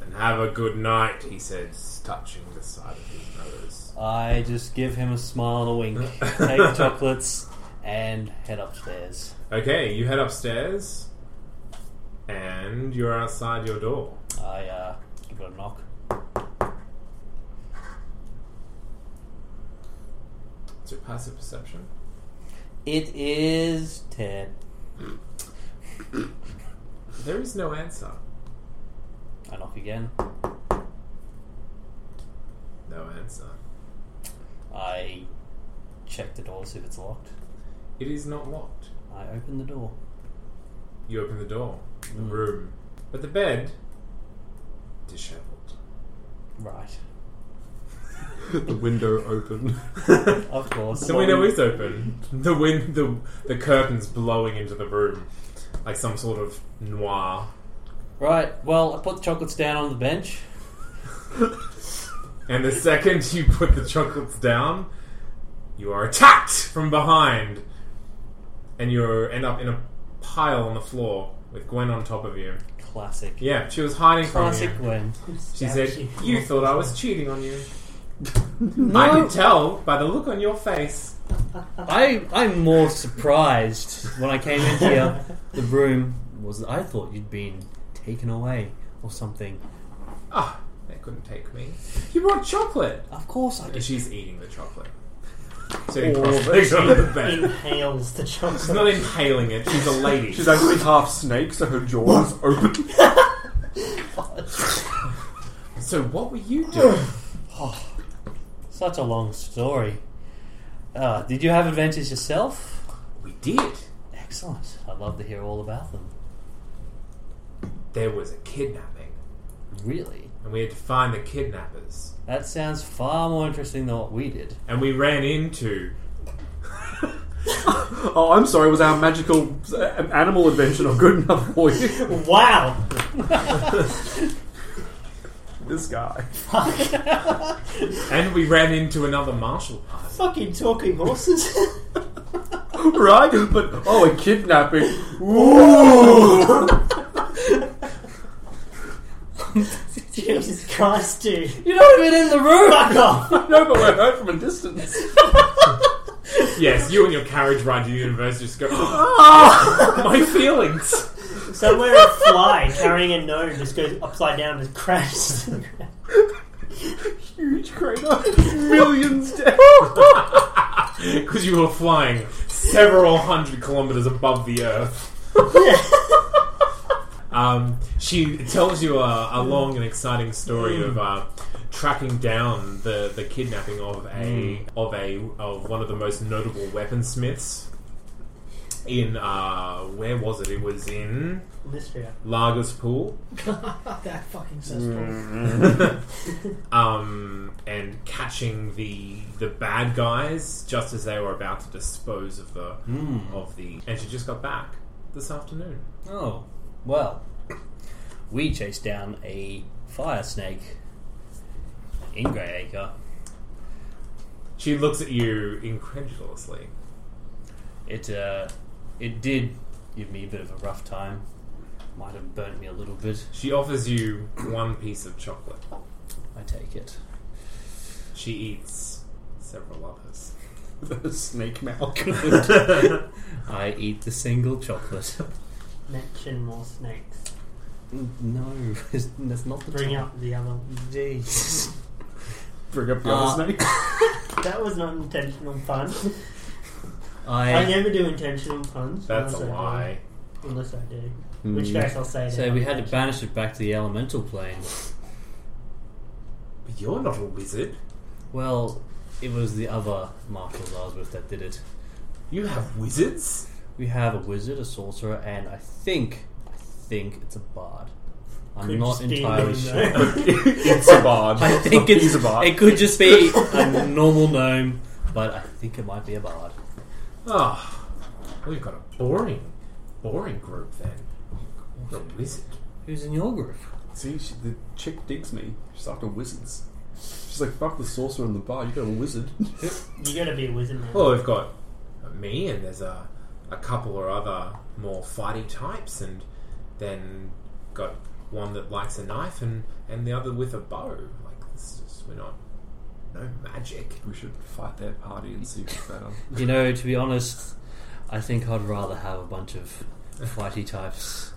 Speaker 1: And have a good night, he says, touching the side of his nose.
Speaker 3: I just give him a smile and a [LAUGHS] wink, take chocolates, and head upstairs.
Speaker 1: [LAUGHS] Okay, you head upstairs, and you're outside your door.
Speaker 3: I uh, give it a [LAUGHS] knock.
Speaker 1: It's your passive perception.
Speaker 3: It is ten.
Speaker 1: There is no answer.
Speaker 3: I knock again.
Speaker 1: No answer.
Speaker 3: I check the door to see if it's locked.
Speaker 1: It is not locked.
Speaker 3: I open the door. Mm.
Speaker 1: You open the door, the room, but the bed, disheveled.
Speaker 3: Right.
Speaker 5: the window open. [LAUGHS]
Speaker 3: Of course.
Speaker 1: The window is open. The wind, the the curtains blowing into the room, like some sort of noir.
Speaker 3: Right, well, I put the chocolates down on the bench.
Speaker 1: [LAUGHS] And the second you put the chocolates down, you are attacked from behind, and you end up in a pile on the floor with Gwen on top of you.
Speaker 3: Classic.
Speaker 1: Yeah, she was hiding
Speaker 3: Classic
Speaker 1: from you.
Speaker 3: Gwen.
Speaker 1: She said, "You thought I was cheating on you." I can tell by the look on your face.
Speaker 3: I, I'm more surprised when I came
Speaker 1: [LAUGHS]
Speaker 3: in here. The room was. I thought you'd been taken away or something.
Speaker 1: Ah, they couldn't take me. You brought chocolate.
Speaker 3: Of course I
Speaker 1: And
Speaker 3: did.
Speaker 1: she's eating the chocolate. Sitting
Speaker 5: Oh.
Speaker 1: cross-legged on the bed.
Speaker 11: Inhales the
Speaker 1: She's
Speaker 11: chocolate.
Speaker 1: not inhaling it. She's a lady.
Speaker 5: She's actually half snake, so her jaw is open.
Speaker 1: [LAUGHS] so what were you doing?
Speaker 3: Such a long story.
Speaker 4: Uh, did you have adventures yourself?
Speaker 12: We did.
Speaker 4: Excellent. I'd love to hear all about them.
Speaker 12: There was a kidnapping.
Speaker 4: Really?
Speaker 12: And we had to find the kidnappers.
Speaker 4: That sounds far more interesting than what we did.
Speaker 1: And we ran into.
Speaker 7: [LAUGHS] Oh, I'm sorry. Was our magical uh, animal adventure not good enough for you?
Speaker 1: [LAUGHS]
Speaker 4: Wow.
Speaker 7: this guy.
Speaker 1: and we ran into another martial party.
Speaker 3: Fucking talking horses.
Speaker 7: right? [LAUGHS] But oh, a kidnapping. Ooh.
Speaker 3: [LAUGHS] Jesus [LAUGHS] Christ, dude.
Speaker 4: You're not even in the room.
Speaker 3: Fuck off.
Speaker 7: no, but we're heard from a distance.
Speaker 1: Yes, you and your carriage ride to the universe just go. my feelings.
Speaker 3: Somewhere a fly carrying a gnome just goes upside down and crashes. [LAUGHS]
Speaker 7: Huge crater.
Speaker 1: [LAUGHS]
Speaker 7: Millions dead.
Speaker 1: Because you were flying several hundred kilometers above the earth. um, she tells you a, a long and exciting story of uh, tracking down the, the kidnapping of a of a of one of the most notable weaponsmiths. In uh, where was it? It was in
Speaker 3: Lystria.
Speaker 1: Lagos Pool.
Speaker 13: that fucking says mm.
Speaker 1: um, and catching the the bad guys just as they were about to dispose of the
Speaker 7: Hmm.
Speaker 1: of the. And she just got back this afternoon.
Speaker 4: Oh, well. We chased down a fire snake in Grey Acre.
Speaker 1: She looks at you incredulously.
Speaker 4: It uh, it did give me a bit of a rough time. Might have burnt me a little bit.
Speaker 1: She offers you one piece of chocolate.
Speaker 4: I take it.
Speaker 1: She eats several others.
Speaker 7: The snake mouth.
Speaker 4: I eat the single chocolate.
Speaker 3: Mention more snakes.
Speaker 4: No, that's not the
Speaker 3: Bring up the other.
Speaker 4: Jeez.
Speaker 7: Bring up the other
Speaker 4: Uh,
Speaker 7: snake.
Speaker 3: That was not intentional pun. I
Speaker 4: [LAUGHS] I
Speaker 3: never do intentional puns.
Speaker 1: That's a
Speaker 3: unless I do-
Speaker 1: lie.
Speaker 3: Unless I do.
Speaker 4: Hmm.
Speaker 3: Which case I'll say
Speaker 4: so we had to banish it back to the elemental plane.
Speaker 1: But you're not a wizard.
Speaker 4: Well, it was the other marshals I was with that did it.
Speaker 1: You have wizards.
Speaker 4: We have a wizard, a sorcerer, and I think, I think it's a bard. I'm
Speaker 3: Could
Speaker 4: not
Speaker 3: just be
Speaker 4: entirely
Speaker 3: a
Speaker 1: [LAUGHS]
Speaker 4: sure.
Speaker 3: gnome.
Speaker 7: it's a bard.
Speaker 4: I think it's
Speaker 7: a
Speaker 4: [LAUGHS]
Speaker 7: bard.
Speaker 4: It could just be a normal gnome, but I think it might be a bard.
Speaker 1: Ah, we've got a boring, boring group then. You're a wizard.
Speaker 4: Who's in your group?
Speaker 7: See, she, the chick digs me. She's after wizards. She's like, fuck the sorcerer in the bar. You got a wizard.
Speaker 3: You gotta be a wizard now.
Speaker 1: Well, we've got me, and there's a, a couple or other more fighty types, and then got one that likes a knife, and, and the other with a bow. Like this, is just, we're not no magic.
Speaker 7: we should fight their party and see who's better.
Speaker 4: You know, to be honest, I think I'd rather have a bunch of fighty types.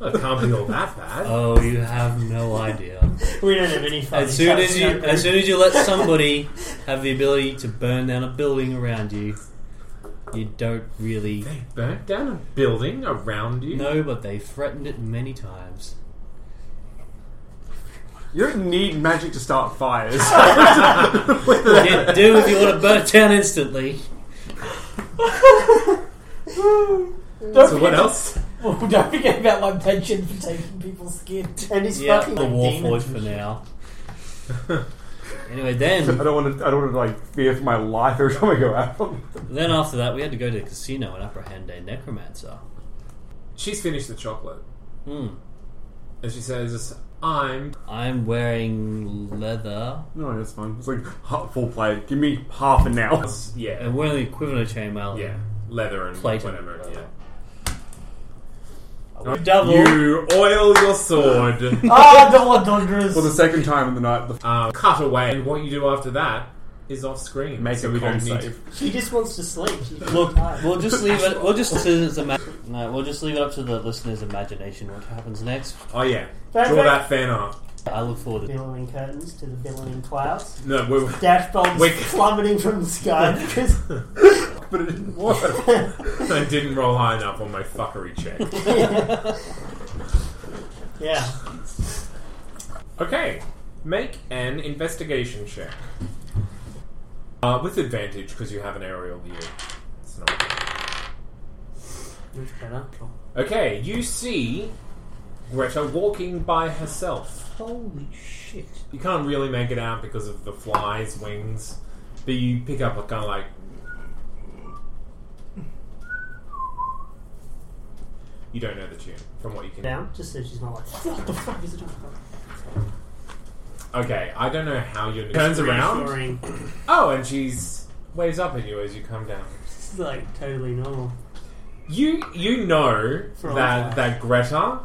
Speaker 1: Well, it can't be all that bad.
Speaker 4: Oh, you have no idea.
Speaker 3: We don't have any fun.
Speaker 4: As soon as you, as soon as you let [LAUGHS] somebody have the ability to burn down a building around you, you don't really
Speaker 1: they burnt down a building around you.
Speaker 4: know. But they threatened it many times.
Speaker 7: You don't need magic to start fires.
Speaker 4: You do if you want to burn it down instantly.
Speaker 1: [LAUGHS] So what else?
Speaker 13: Well, don't forget about my pension for taking people's skin.
Speaker 3: and he's
Speaker 4: Yeah,
Speaker 3: fucking
Speaker 4: the
Speaker 3: like
Speaker 4: war
Speaker 3: demons
Speaker 4: forge
Speaker 3: and
Speaker 4: for
Speaker 3: shit.
Speaker 4: now. anyway,
Speaker 7: I
Speaker 4: then
Speaker 7: don't want to. I don't want to like fear for my life every time I go out.
Speaker 4: then after that, we had to go to the casino and apprehend a necromancer.
Speaker 1: She's finished the chocolate,
Speaker 4: Hmm.
Speaker 1: and she says, "I'm."
Speaker 4: I'm wearing leather,
Speaker 7: No, that's fine. It's like ha- full play. Give me half an hour.
Speaker 1: Yeah,
Speaker 4: and wearing the equivalent of chainmail.
Speaker 1: yeah, leather and
Speaker 4: Plate and
Speaker 1: whatever.
Speaker 4: leather.
Speaker 1: Yeah.
Speaker 4: Double.
Speaker 1: You oil
Speaker 7: [LAUGHS]
Speaker 1: your sword.
Speaker 13: Ah, the Lord Dunderers.
Speaker 7: For the second time in the night,
Speaker 4: Uh,
Speaker 7: the f-
Speaker 1: um, cut away. And what you do after that is off screen.
Speaker 7: make
Speaker 1: so
Speaker 7: a
Speaker 1: we
Speaker 7: con
Speaker 1: don't need
Speaker 7: save.
Speaker 3: She just wants to sleep. She's
Speaker 4: Look, we'll just leave it. We'll just it's a ma- no, we'll just leave it up to the listener's imagination what happens next.
Speaker 1: Oh yeah,
Speaker 3: Perfect.
Speaker 1: draw that fan art.
Speaker 4: I look forward to
Speaker 3: billowing curtains to the billowing clouds.
Speaker 1: No, we're,
Speaker 3: Dash bulbs
Speaker 1: Wick.
Speaker 3: plummeting from the
Speaker 4: [LAUGHS]
Speaker 3: sky because
Speaker 7: [LAUGHS] But it didn't work.
Speaker 1: [LAUGHS] I didn't roll high enough on my fuckery check.
Speaker 3: yeah,
Speaker 1: okay, make an investigation check. Uh, with advantage because you have an aerial view. It's not.
Speaker 3: That's better. Cool.
Speaker 1: Okay, you see Greta walking by herself.
Speaker 4: Holy shit.
Speaker 1: You can't really make it out because of the flies' wings, but you pick up a kind of like. You don't know the tune from what you can.
Speaker 3: Down, just so she's not like, what the fuck is it?
Speaker 1: Okay, I don't know how you turns around.
Speaker 3: reassuring.
Speaker 1: Oh, and she's waves up at you as you come down.
Speaker 3: This is like totally normal.
Speaker 1: You you know
Speaker 3: For a
Speaker 1: that
Speaker 3: while.
Speaker 1: that Greta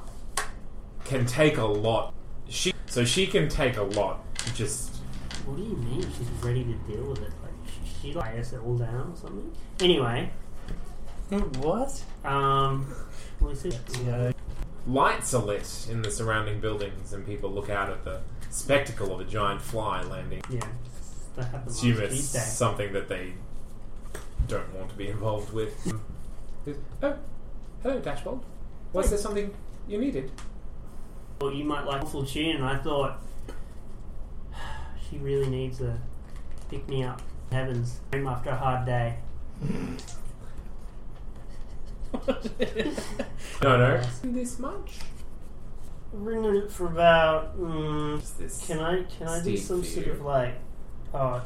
Speaker 1: can take a lot. She so she can take a lot. Just
Speaker 3: What do you mean? She's ready to deal with it. Like sh- she like us it all down or something. Anyway,
Speaker 14: What?
Speaker 3: um, let me see.
Speaker 1: lights are lit in the surrounding buildings, and people look out at the spectacle of a giant fly landing.
Speaker 3: Yeah, that happened last
Speaker 1: Assume it's
Speaker 3: Tuesday.
Speaker 1: something that they don't want to be involved with. [LAUGHS] oh, hello, Dashbold. Was there something you needed?
Speaker 3: Well, you might like awful tune. And I thought [SIGHS] she really needs a pick me up. Heavens, home after a hard day.
Speaker 1: No, no. This much?
Speaker 3: Ringing it for about. Mm,
Speaker 1: this
Speaker 3: can I can I do
Speaker 1: steep
Speaker 3: some sort
Speaker 1: view?
Speaker 3: of like? Oh,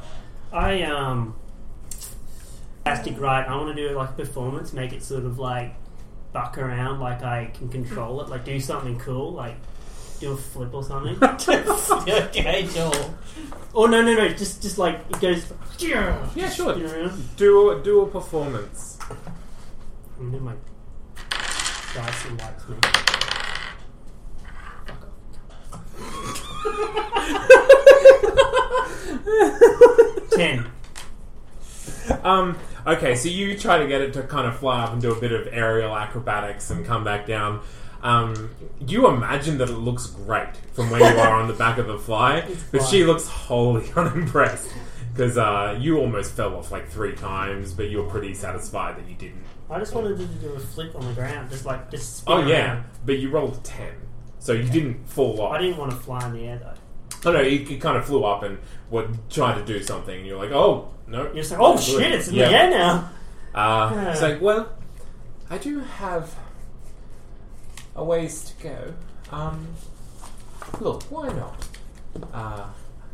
Speaker 3: I um. Plastic right. I want to do like a performance. Make it sort of like buck around. Like I can control it. Like do something cool. Like do a flip or something.
Speaker 14: okay, Joel.
Speaker 3: oh no no no! Just just like it goes. Yeah.
Speaker 1: Yeah, sure.
Speaker 3: You know?
Speaker 1: Do a, do a performance.
Speaker 3: I'm gonna do my dice and lights me.
Speaker 1: [LAUGHS]
Speaker 3: Ten.
Speaker 1: Um, okay, so you try to get it to kind of fly up and do a bit of aerial acrobatics and come back down. Um, you imagine that it looks great from where you are on the back of the
Speaker 3: [LAUGHS]
Speaker 1: fly, but she looks wholly [LAUGHS] unimpressed because uh, you almost fell off like three times, but you were pretty satisfied that you didn't.
Speaker 3: I just wanted to do a flip on the ground, just like just. Spin
Speaker 1: Oh yeah,
Speaker 3: around.
Speaker 1: but you rolled a ten, so you didn't fall off.
Speaker 3: I didn't want to fly in the air though.
Speaker 1: Oh no, he, he kind of flew up and would try to do something, and you're like, oh no,
Speaker 3: You're just like, oh shit, it's in the air now.
Speaker 1: Uh, it's like, well, I do have a ways to go. Um, look, why not? Uh,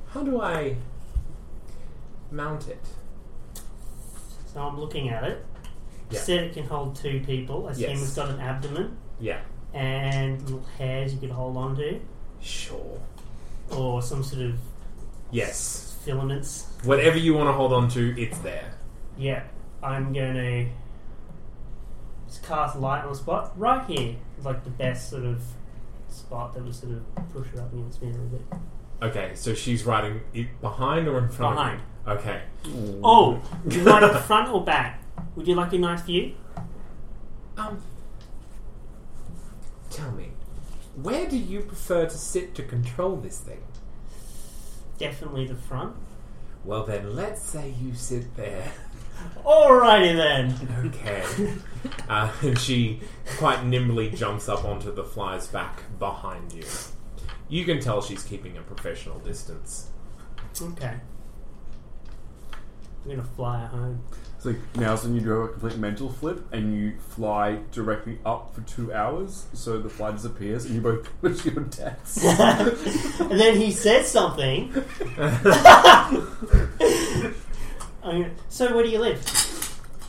Speaker 1: how do I mount it?
Speaker 3: So I'm looking at it. You
Speaker 1: Yeah.
Speaker 3: Said it can hold two people. I assume
Speaker 1: Yes.
Speaker 3: it's got an abdomen
Speaker 1: Yeah,
Speaker 3: and little hairs you could hold onto,
Speaker 1: sure.
Speaker 3: or some sort of
Speaker 1: Yes,
Speaker 3: filaments.
Speaker 1: whatever you want to hold on to, it's there.
Speaker 3: Yeah, I'm gonna just cast light on the spot right here. It's like the best sort of spot that would sort of push her up against me a little bit.
Speaker 1: Okay, so she's riding it behind or in front?
Speaker 3: Behind.
Speaker 1: Of you? Okay.
Speaker 3: Oh, would you like it front or back? Would you like a nice view?
Speaker 1: Um, tell me, where do you prefer to sit to control this thing?
Speaker 3: Definitely the front.
Speaker 1: Well, then, let's say you sit there.
Speaker 3: Alrighty then.
Speaker 1: Okay. uh, [LAUGHS] and she quite nimbly jumps up onto the fly's back behind you. You can tell she's keeping a professional distance.
Speaker 3: Okay. I'm gonna fly her home.
Speaker 7: It's like now's when you do a complete mental flip and you fly directly up for two hours, so the fly disappears and you both [LAUGHS] push your deaths.
Speaker 3: And then he says [LAUGHS] something. I'm gonna- so where do you live?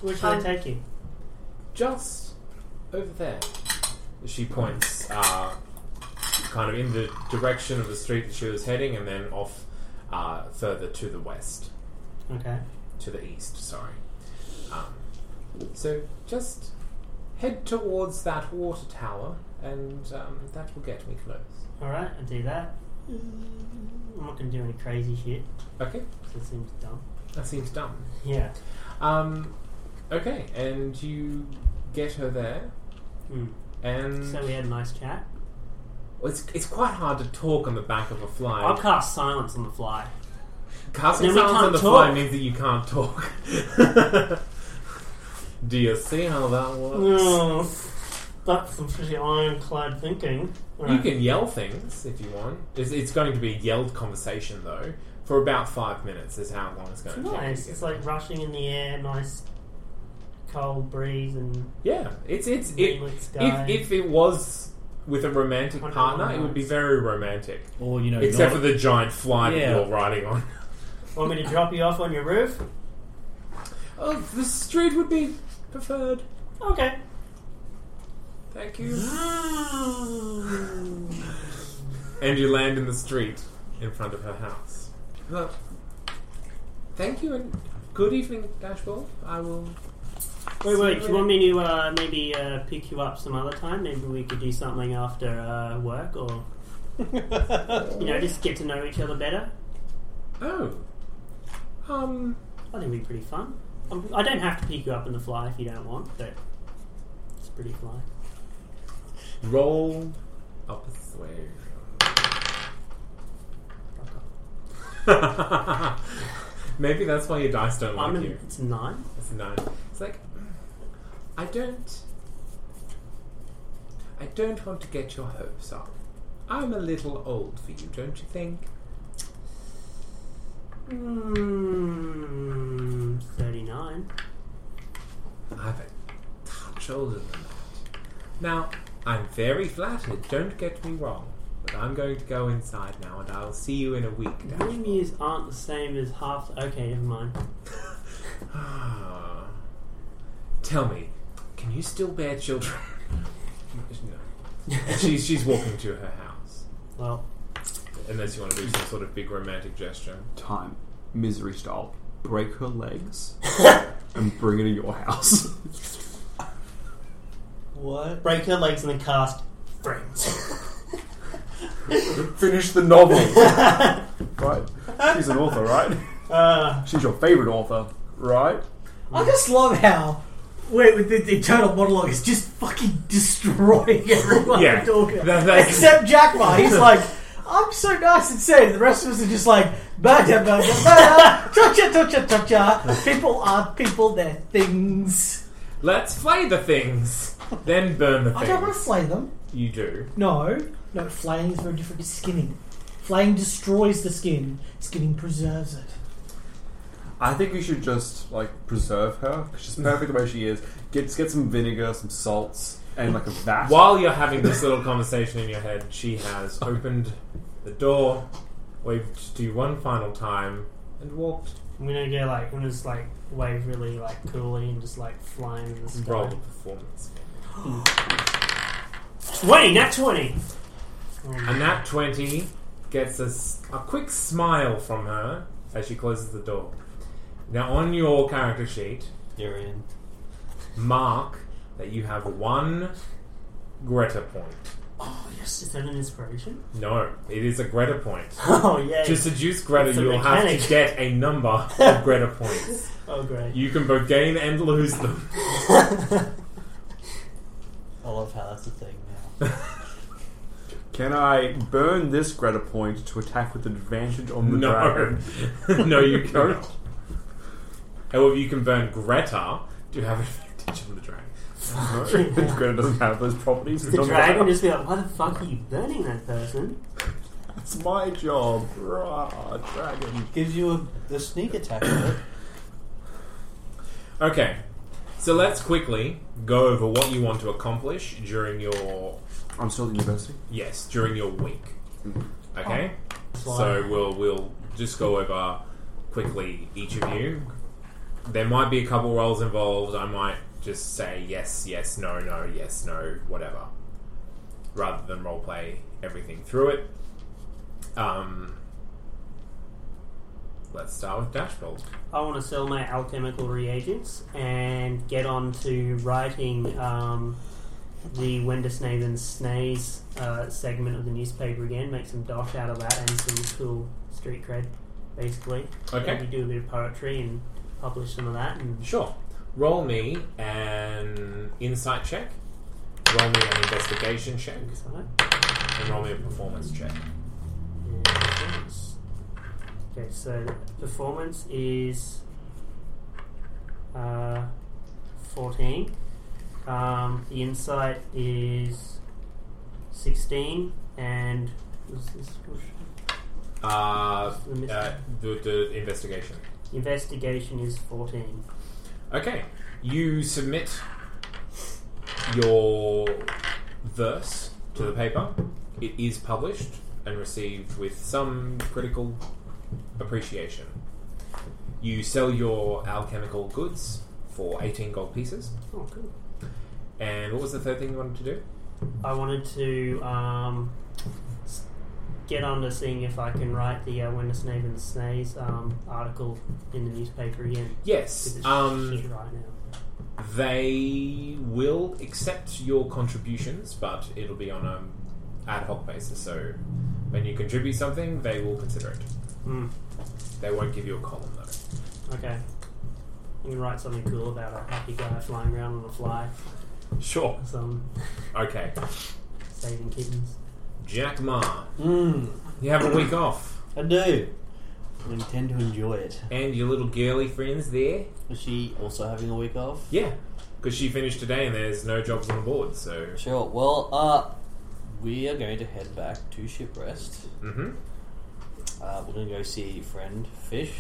Speaker 3: Where should I
Speaker 1: Um,
Speaker 3: take you?
Speaker 1: Just over there. She points uh, kind of in the [LAUGHS] direction of the street that she was heading and then off uh, further to the west.
Speaker 3: Okay.
Speaker 1: to the east, sorry. Um, so just head towards that water tower, and um, that will get me close.
Speaker 3: Alright, I do that. I'm not gonna do any crazy shit.
Speaker 1: Okay,
Speaker 3: 'cause It seems dumb.
Speaker 1: that seems done.
Speaker 3: Yeah.
Speaker 1: Um, okay, and you get her there,
Speaker 3: Mm.
Speaker 1: and
Speaker 3: So we had a nice chat.
Speaker 1: Well, it's, it's quite hard to talk on the back of a fly.
Speaker 3: I'll cast silence on the fly.
Speaker 1: Casting
Speaker 3: Then we
Speaker 1: sounds on
Speaker 3: can't
Speaker 1: the fly
Speaker 3: talk.
Speaker 1: means that you can't talk. [LAUGHS] Do you see how that works?
Speaker 3: Oh, that's some pretty ironclad thinking.
Speaker 1: You
Speaker 3: Alright.
Speaker 1: can yell things if you want. It's, it's going to be a yelled conversation though, for about five minutes. Is how long it's
Speaker 3: It's
Speaker 1: going to take.
Speaker 3: nice. It's like rushing in the air, nice cold breeze, and
Speaker 1: Yeah, it's it's it,
Speaker 3: Moonlit
Speaker 1: if
Speaker 3: sky.
Speaker 1: if it was with a romantic
Speaker 3: Hundred
Speaker 1: partner,
Speaker 3: one
Speaker 1: it would be very romantic.
Speaker 15: Or, you know,
Speaker 1: except
Speaker 15: not-
Speaker 1: for the giant fly
Speaker 15: Yeah.
Speaker 1: that you're riding on.
Speaker 3: Want me to drop you off on your roof?
Speaker 1: Oh, the street would be preferred.
Speaker 3: Okay.
Speaker 1: Thank you. [GASPS] and you land in the street in front of her house. Well, thank you and good evening, Dashboard. I will.
Speaker 3: Wait, wait. Do you want me to uh, maybe uh, pick you up some other time? Maybe we could do something after uh, work, or you know, just get to know each other better.
Speaker 1: Oh, um,
Speaker 3: I think it'd be pretty fun. Um, I don't have to pick you up in the fly if you don't want, but it's pretty fly.
Speaker 1: roll up a swear.
Speaker 3: Fuck off.
Speaker 1: [LAUGHS] Maybe that's why your dice don't like
Speaker 3: I'm in,
Speaker 1: you.
Speaker 3: it's nine.
Speaker 1: It's a nine. It's like I don't I don't want to get your hopes up. I'm a little old for you, don't you think?
Speaker 3: Mm, Thirty-nine.
Speaker 1: I'm a touch older than that. Now, I'm very flattered, don't get me wrong, but I'm going to go inside now and I'll see you in a week, Dad.
Speaker 3: Ring years aren't the same as half. Okay, never mind.
Speaker 1: Ah. Tell me, can you still bear
Speaker 4: [LAUGHS]
Speaker 1: children? no. she's, she's walking to her house.
Speaker 3: Well,
Speaker 1: Unless you want to do some sort of big romantic gesture.
Speaker 7: Time, misery style, break her
Speaker 1: [LAUGHS]
Speaker 7: legs and bring her to your house.
Speaker 15: What?
Speaker 3: break her legs and then cast friends.
Speaker 7: [LAUGHS] Finish the novel. [LAUGHS] right. She's an author, [LAUGHS] right? She's your favourite author, right?
Speaker 4: I just love how. Wait, with the, the internal monologue is just fucking destroying everyone.
Speaker 1: Yeah.
Speaker 4: we're talking about.
Speaker 1: That- that's-
Speaker 4: Except Jack Ma. He's like, I'm so nice and safe. The rest of us are just like, ba da ba da ba da, cha cha cha cha cha cha. People are people, they're things.
Speaker 1: Let's flay the things, then burn the
Speaker 4: I
Speaker 1: things.
Speaker 4: don't want to flay them.
Speaker 1: You do.
Speaker 4: No, no, flaying is very different to skinning. Flaying destroys the skin, skinning preserves it.
Speaker 7: I think we should just like preserve her. 'cause She's perfect the way she is. Get get some vinegar, some salts, and like a vat.
Speaker 1: While you're having this little conversation in your head, she has opened the door, waved to you one final time, and walked.
Speaker 3: I'm gonna go like I'm gonna just like wave really like coolly and just like flying in the sky.
Speaker 1: Roll the performance.
Speaker 3: Twenty, not twenty.
Speaker 1: And that 20 gets a, s- a quick smile from her as she closes the door. Now, on your character sheet,
Speaker 15: You're in.
Speaker 1: mark that you have one Greta point.
Speaker 3: Is that an inspiration?
Speaker 1: No, it is a Greta point.
Speaker 3: [LAUGHS] Oh yeah.
Speaker 1: To seduce Greta,
Speaker 3: It's a
Speaker 1: you will have to
Speaker 3: mechanic.
Speaker 1: get a number of Greta points.
Speaker 3: oh great.
Speaker 1: You can both gain and lose them.
Speaker 15: I love how that's a thing now.
Speaker 7: Can I burn this Greta point to attack with advantage on the [LAUGHS]
Speaker 1: No,
Speaker 7: dragon?
Speaker 1: no, you can't. However, you can burn Greta to have [LAUGHS] advantage on the dragon.
Speaker 7: No, Greta doesn't have those properties. It
Speaker 3: the
Speaker 7: doesn't
Speaker 3: dragon
Speaker 7: matter.
Speaker 3: just be like, why the fuck are you burning that person?
Speaker 7: It's my job, Rah, dragon.
Speaker 15: Gives you a, the sneak attack of it.
Speaker 1: Okay, so let's quickly go over what you want to accomplish during your
Speaker 7: I'm still at university. Mm-hmm.
Speaker 1: yes during your week. Okay, so we'll we'll just go over quickly each of you. There might be a couple roles involved. I might just say yes, yes, no, no, yes, no, whatever, rather than role play everything through it. Um, let's start with dash rolls.
Speaker 3: I want to sell my alchemical reagents and get on to writing um, the Wendersnave and Snays uh, segment of the newspaper again. Make some dosh out of that and some cool street cred, basically.
Speaker 1: Okay.
Speaker 3: Maybe do a bit of poetry and publish some of that. And
Speaker 1: Sure. Roll me an insight check. Roll me an investigation check. And roll me a performance check.
Speaker 3: Okay, so performance is uh, 14. Um, the insight is 16, and was this
Speaker 7: Uh, uh, the, the investigation.
Speaker 3: Investigation is 14.
Speaker 7: Okay, you submit your verse to the paper. It is published and received with some critical appreciation. You sell your alchemical goods for 18 gold pieces.
Speaker 3: Oh, cool.
Speaker 7: And what was the third thing you wanted to do?
Speaker 3: I wanted to um, get on to seeing if I can write the uh, When the Snake and the Snays um, article in the newspaper again.
Speaker 7: Yes,
Speaker 3: Because it's
Speaker 7: um,
Speaker 3: shit right now.
Speaker 7: They will accept your contributions, but it'll be on an ad hoc basis. So when you contribute something, they will consider it.
Speaker 3: Hmm.
Speaker 7: They won't give you a column though.
Speaker 3: Okay. You can write something cool about a happy guy flying around on a fly.
Speaker 7: Sure.
Speaker 3: or Some
Speaker 7: Okay.
Speaker 3: saving kittens.
Speaker 7: Jack Ma,
Speaker 10: Mm,
Speaker 7: you have a week off,
Speaker 10: I do. I intend to enjoy it.
Speaker 7: and your little girly friends there.
Speaker 10: Is she also having a week off?
Speaker 7: Yeah, because she finished today, and there's no jobs on board. So.
Speaker 10: Sure. Well, uh, we are going to head back to Shipwrest.
Speaker 7: Mm-hmm.
Speaker 10: Uh, we're going to go see friend Fish,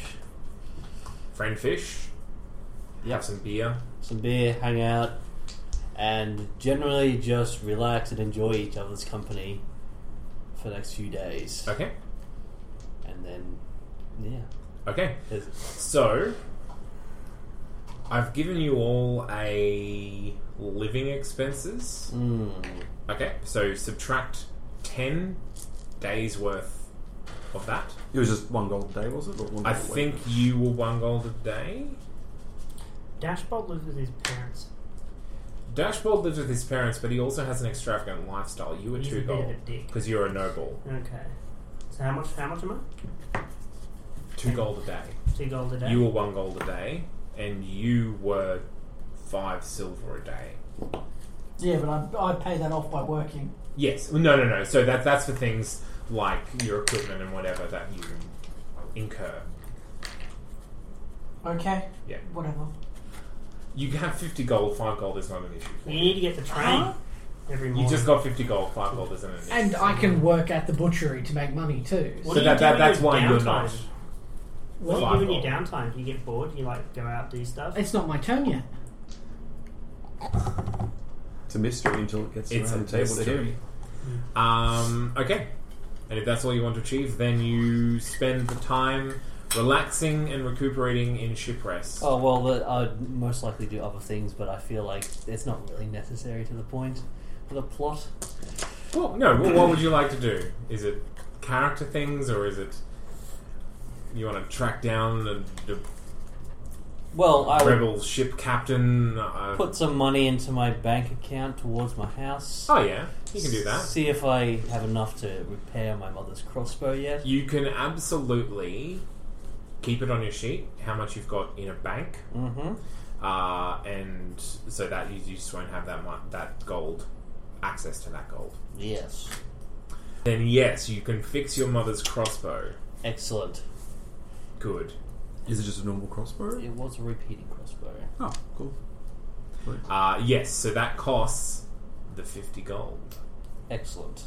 Speaker 7: Friend fish.
Speaker 10: Yep.
Speaker 7: Have some beer.
Speaker 10: some beer, hang out, and generally just relax and enjoy each other's company for the next few days.
Speaker 7: Okay.
Speaker 10: And then, yeah.
Speaker 7: Okay.
Speaker 10: It's-
Speaker 7: So, I've given you all a living expenses.
Speaker 5: Hmm.
Speaker 10: Mm,
Speaker 7: Okay, so subtract 10 days worth of that.
Speaker 5: It was just one gold a day, was it? Or one
Speaker 7: I
Speaker 5: gold a
Speaker 7: think
Speaker 5: week?
Speaker 7: you were one gold a day.
Speaker 3: Dashbolt lives with his parents.
Speaker 7: Dashboard lives with his parents, but he also has an extravagant lifestyle. You were
Speaker 3: He's a
Speaker 7: two
Speaker 3: bit of
Speaker 7: gold
Speaker 3: a dick.
Speaker 7: because you're a noble.
Speaker 3: Okay. So how much? How much am I?
Speaker 7: Two gold a day.
Speaker 3: Two gold a day.
Speaker 7: You were one gold a day, and you were five silver a day.
Speaker 4: Yeah, but I, I pay that off by working.
Speaker 7: Yes. No, no, no. So that that's for things like your equipment and whatever that you incur.
Speaker 4: Okay,
Speaker 7: Yeah.
Speaker 4: whatever.
Speaker 7: You have 50 gold, 5 gold is not an issue. for
Speaker 3: You
Speaker 7: you.
Speaker 3: need to get the train every morning.
Speaker 7: You just got 50 gold, 5 gold isn't an issue.
Speaker 4: And I can work at the butchery to make money too.
Speaker 7: so
Speaker 3: What do you
Speaker 7: that,
Speaker 3: do
Speaker 7: that,
Speaker 3: in
Speaker 7: that's
Speaker 3: your
Speaker 7: why you're
Speaker 3: downtime?
Speaker 7: not.
Speaker 3: What do
Speaker 7: Five
Speaker 3: you do in your
Speaker 7: gold.
Speaker 3: downtime? Do you get bored? Do you like go out do stuff?
Speaker 4: It's not my turn yet.
Speaker 5: it's a mystery until it gets
Speaker 7: It's a
Speaker 5: around the table to
Speaker 7: mystery.
Speaker 5: him.
Speaker 7: Um, okay. And if that's all you want to achieve, then you spend the time relaxing and recuperating in shipwrecks.
Speaker 10: oh well, but I'd most likely do other things, but I feel like it's not really necessary to the point for the plot.
Speaker 7: Well, no, well, what would you like to do? Is it character things or is it. You want to track down the, the
Speaker 10: Well, I would
Speaker 7: rebel ship captain? Uh,
Speaker 10: put some money into my bank account towards my house.
Speaker 7: oh, yeah. You can do that.
Speaker 10: See if I have enough to repair my mother's crossbow yet.
Speaker 7: You can absolutely keep it on your sheet how much you've got in a bank,
Speaker 10: Mm-hmm.
Speaker 7: uh, and so that you, you just won't have that mu- that gold access to that gold.
Speaker 10: Yes.
Speaker 7: Then yes, you can fix your mother's crossbow.
Speaker 10: Excellent.
Speaker 7: Good.
Speaker 5: Is it just a normal crossbow?
Speaker 10: It was a repeating crossbow.
Speaker 5: Oh, cool.
Speaker 7: Uh, yes, so that costs the fifty gold.
Speaker 10: Excellent.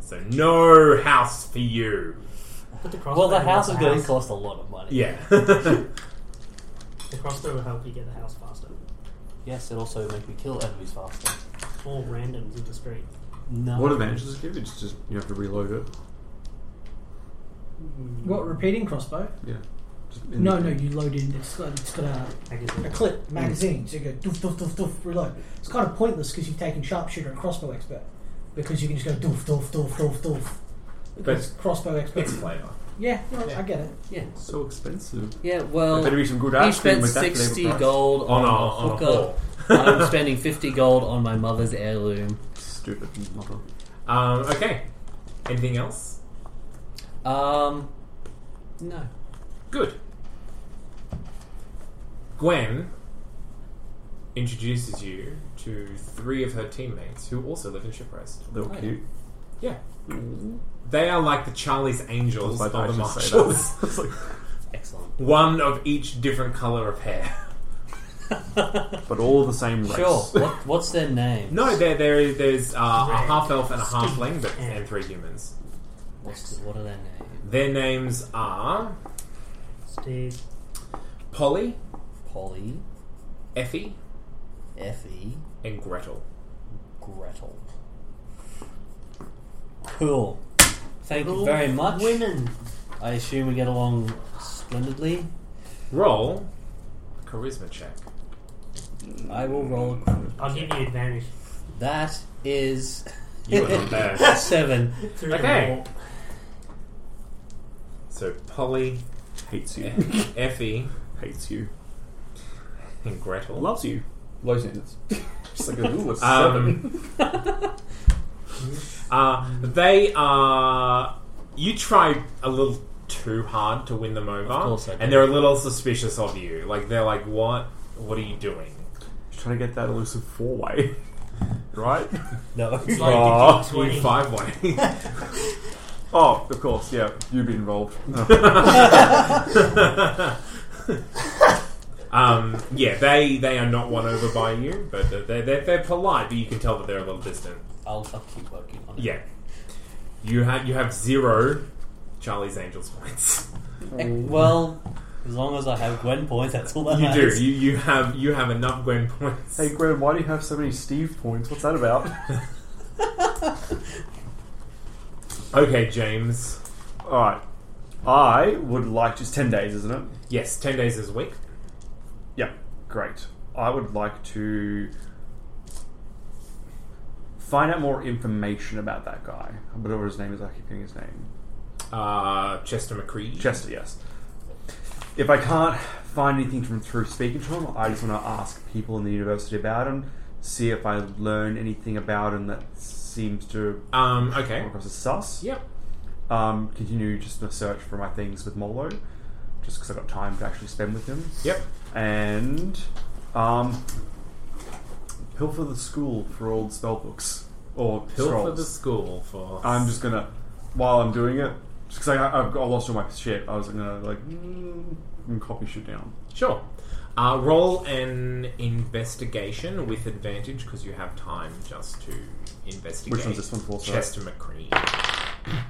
Speaker 7: So no house for you.
Speaker 3: Put the crossbow
Speaker 10: Well, the
Speaker 3: in
Speaker 10: house
Speaker 3: the
Speaker 10: is going to
Speaker 3: house.
Speaker 10: cost a lot of money.
Speaker 7: Yeah. [LAUGHS]
Speaker 3: The crossbow will help you get the house faster.
Speaker 10: Yes, it also make me kill enemies faster.
Speaker 3: All randoms in the street.
Speaker 10: No.
Speaker 5: What advantage does it give? It's just you have to reload it.
Speaker 4: What repeating crossbow?
Speaker 5: Yeah. Just in
Speaker 4: No,
Speaker 5: the-
Speaker 4: no, you load in. It's got, it's got a,
Speaker 3: I guess
Speaker 4: a clip magazine, so you go doof doof doof doof reload. It's kind of pointless because you've taken sharpshooter and crossbow expert because you can just go doof doof doof doof doof. Because crossbow expert.
Speaker 7: it's flavor.
Speaker 4: Yeah, no, I get it.
Speaker 10: Yeah.
Speaker 5: So expensive.
Speaker 10: Yeah,
Speaker 5: There
Speaker 10: well,
Speaker 5: better be some good
Speaker 10: he
Speaker 5: ice
Speaker 10: spent
Speaker 5: cream with that flavour
Speaker 10: 60
Speaker 5: price.
Speaker 10: gold on,
Speaker 7: On a- on a
Speaker 10: a hooker. I'm spending 50 gold on my mother's heirloom.
Speaker 5: [LAUGHS] Stupid mother.
Speaker 7: Um, okay. Anything else?
Speaker 10: Um, no.
Speaker 7: Good. Gwen introduces you to three of her teammates who also live in Shipwrest.
Speaker 5: They're
Speaker 10: Oh, yeah.
Speaker 5: cute.
Speaker 7: Yeah. They are like the Charlie's Angels
Speaker 5: I
Speaker 7: of
Speaker 5: thought
Speaker 7: the
Speaker 5: I should say that.
Speaker 7: Marshals.
Speaker 5: [LAUGHS] It's like-
Speaker 10: Excellent.
Speaker 7: One of each different colour of
Speaker 10: [LAUGHS]
Speaker 7: hair.
Speaker 5: but all the same race.
Speaker 10: Sure. What, what's their name?
Speaker 7: No, there, there is, there's uh, a half elf and a
Speaker 3: Steve
Speaker 7: halfling, but and three humans.
Speaker 10: What's what are their names?
Speaker 7: Their names are
Speaker 3: Steve.
Speaker 7: Polly,
Speaker 10: Polly,
Speaker 7: Effie,
Speaker 10: Effie,
Speaker 7: and Gretel.
Speaker 10: Gretel. Cool. Thank you very
Speaker 3: Cool
Speaker 10: much.
Speaker 3: Women.
Speaker 10: I assume we get along splendidly.
Speaker 7: Roll a charisma check.
Speaker 10: I will roll.
Speaker 3: I'll give you advantage.
Speaker 10: That is
Speaker 7: You are
Speaker 10: [LAUGHS]
Speaker 7: embarrassed.
Speaker 10: seven.
Speaker 3: Through
Speaker 7: Okay.
Speaker 3: the wall.
Speaker 7: So Polly,
Speaker 5: Hates you.
Speaker 7: Eff- Effie,
Speaker 5: Hates you.
Speaker 7: and Gretel.
Speaker 5: Loves you. Low standards. [LAUGHS] Just like a ooh, a seven.
Speaker 7: Um, [LAUGHS] uh, they are. You try a little too hard to win them over,
Speaker 10: course I did.
Speaker 7: and they're a little suspicious of you. Like they're like, "What? What are you doing?"
Speaker 5: Just trying to get that elusive four way. Right?
Speaker 10: No, it's
Speaker 7: [LAUGHS]
Speaker 3: like-
Speaker 7: Oh,
Speaker 3: Fifteen, twenty.
Speaker 7: five way.
Speaker 10: [LAUGHS]
Speaker 5: Oh, of course, yeah. You've been involved.
Speaker 7: [LAUGHS] um, yeah, they they are not won over by you, but they're, they're they're polite, but you can tell that they're a little distant.
Speaker 10: I'll, I'll keep working on it.
Speaker 7: Yeah, you have you have zero Charlie's Angels points.
Speaker 10: Eh, Well, as long as I have Gwen points, that's all that
Speaker 7: You do.
Speaker 10: matters.
Speaker 7: You you have you have enough Gwen points.
Speaker 5: hey, Gwen, why do you have so many Steve points? What's that about?
Speaker 7: Okay, James.
Speaker 5: Alright. I would like just 10 days, isn't it?
Speaker 7: Yes, ten days is a week.
Speaker 5: Yeah, great. I would like to find out more information about that guy. Whatever his name is, I keep getting his name.
Speaker 7: Uh, Chester McCree.
Speaker 5: Chester, yes. If I can't find anything from through speaking to him, I just want to ask people in the university about him, see if I learn anything about him that seems to
Speaker 7: Um. Okay.
Speaker 5: come across as sus.
Speaker 7: Yep.
Speaker 5: Um, continue just the search for my things with Molo, just because I got time to actually spend with him.
Speaker 7: Yep.
Speaker 5: And um, pill for the school for old spell books or
Speaker 7: Pill for
Speaker 5: scrolls.
Speaker 7: the school for.
Speaker 5: I'm just gonna while I'm doing it, just because I, I've got I lost all my shit. I was gonna like mm, and copy shit down.
Speaker 7: sure. Uh, roll an investigation with advantage because you have time just to investigate.
Speaker 5: Which one's this one for? sorry?
Speaker 7: Chester McCree.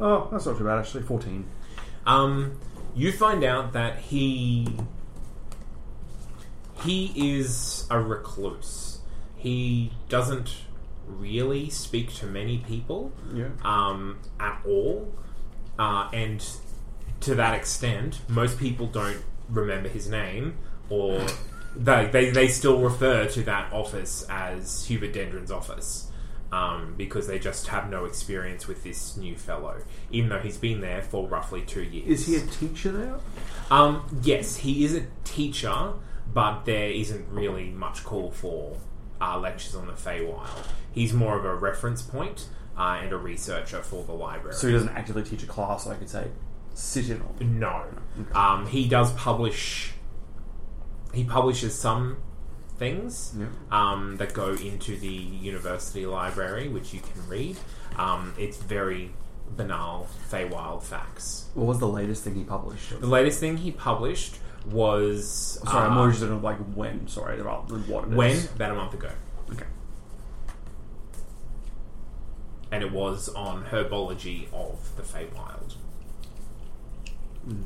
Speaker 5: oh, that's not too bad actually. Fourteen.
Speaker 7: Um, you find out that he he is a recluse. He doesn't really speak to many people.
Speaker 5: Yeah.
Speaker 7: um, at all. Uh, and to that extent, most people don't remember his name or they, they, they still refer to that office as Hubert Dendron's office um, because they just have no experience with this new fellow, even though he's been there for roughly two years.
Speaker 5: Is he a teacher there?
Speaker 7: Um, yes, he is a teacher, but there isn't really much call for uh, lectures on the Feywild. He's more of a reference point uh, and a researcher for the library.
Speaker 5: So he doesn't actively teach a class. So I could say sit in on.
Speaker 7: No, um, he does publish. He publishes some things
Speaker 5: Yeah.
Speaker 7: um, that go into the university library, which you can read. Um, it's very banal Feywild facts.
Speaker 5: What was the latest thing he published?
Speaker 7: The latest thing he published was
Speaker 5: Sorry, I'm
Speaker 7: uh,
Speaker 5: more interested in like when. Sorry, rather than what. it is.
Speaker 7: When? About a month ago.
Speaker 5: Okay.
Speaker 7: And it was on Herbology of the Feywild.
Speaker 5: Mm,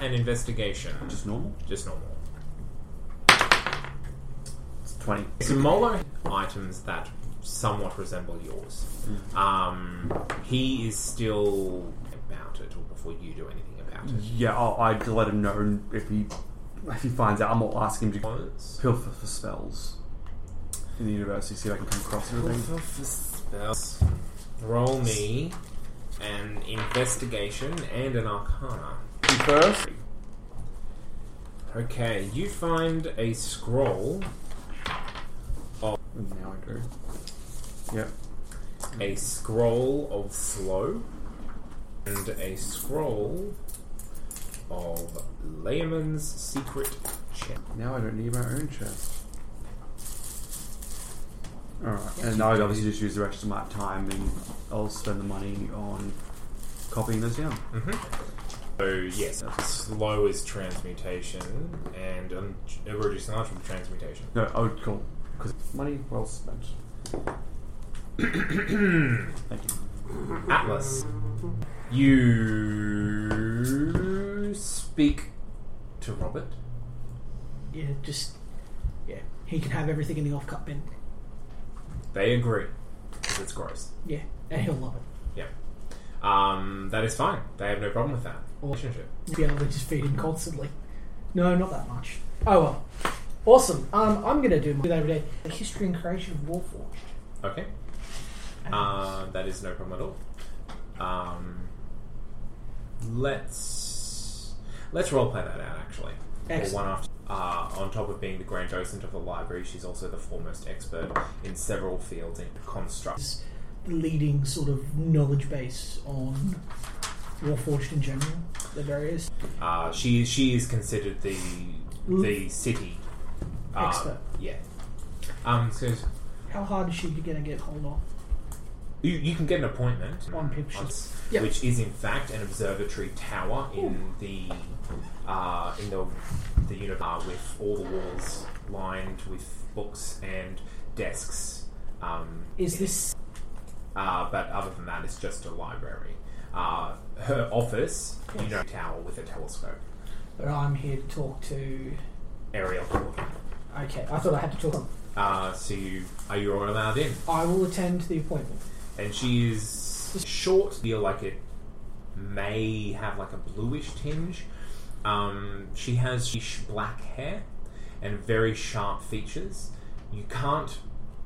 Speaker 7: An investigation.
Speaker 5: Just normal.
Speaker 7: Just normal.
Speaker 5: It's twenty.
Speaker 7: So Molo items that somewhat resemble yours.
Speaker 5: Mm.
Speaker 7: Um, he is still about it, or before you do anything about it.
Speaker 5: Yeah, I'll, I'd let him know if he if he finds out. I'm not asking him to
Speaker 7: Was-
Speaker 5: pill for, for spells in the university. See if I can come across anything.
Speaker 7: Spells. Roll me an investigation and an arcana.
Speaker 5: You First,
Speaker 7: Okay, you find a scroll,
Speaker 5: now I do. Yeah,
Speaker 7: a scroll of slow, and a scroll of Layman's secret check.
Speaker 5: now I don't need my own chest. All right, and I would obviously just use the rest of my time, and I'll spend the money on copying those down.
Speaker 7: So yes, slow is transmutation, and um, reducing large from transmutation.
Speaker 5: No, I would call because money well spent.
Speaker 7: Atlas.
Speaker 1: You speak to Robert.
Speaker 4: Yeah, just yeah. He can have everything in the off cup bin.
Speaker 7: They agree. 'cause It's gross.
Speaker 4: Yeah, and he'll love it.
Speaker 7: Yeah. Um, that is fine. They have no problem with that. Relationship.
Speaker 4: be able to just feed him constantly. No, not that much. Oh well. Awesome. Um, I'm gonna do my every day. The history and creation of Warforged.
Speaker 7: Okay. Uh, that is no problem at all. Um, let's let's roleplay that out actually. Or
Speaker 4: Excellent.
Speaker 7: One after. Uh, on top of being the grand docent of the library, she's also the foremost expert in several fields in constructs.
Speaker 4: Leading sort of knowledge base on Warforged in general. The various
Speaker 7: Uh, she she is considered the the city um,
Speaker 4: Expert.
Speaker 7: Yeah. Um. So
Speaker 4: how hard is she gonna get hold of?
Speaker 7: you, you can get an appointment
Speaker 4: On pictures.
Speaker 7: s-
Speaker 4: Yep.
Speaker 7: which is in fact an observatory tower in the uh, in the the unit uh, with all the walls lined with books and desks. Um,
Speaker 4: Is this
Speaker 7: uh, but other than that, it's just a library. Uh, her office, you know, tower with a telescope,
Speaker 4: but I'm here to talk to
Speaker 7: aerial.
Speaker 4: Okay, I thought I had to talk.
Speaker 7: Uh, so you are you all allowed in?
Speaker 4: I will attend the appointment.
Speaker 7: and she is short. Feel like it may have like a bluish tinge. Um, she has sheesh black hair and very sharp features. You can't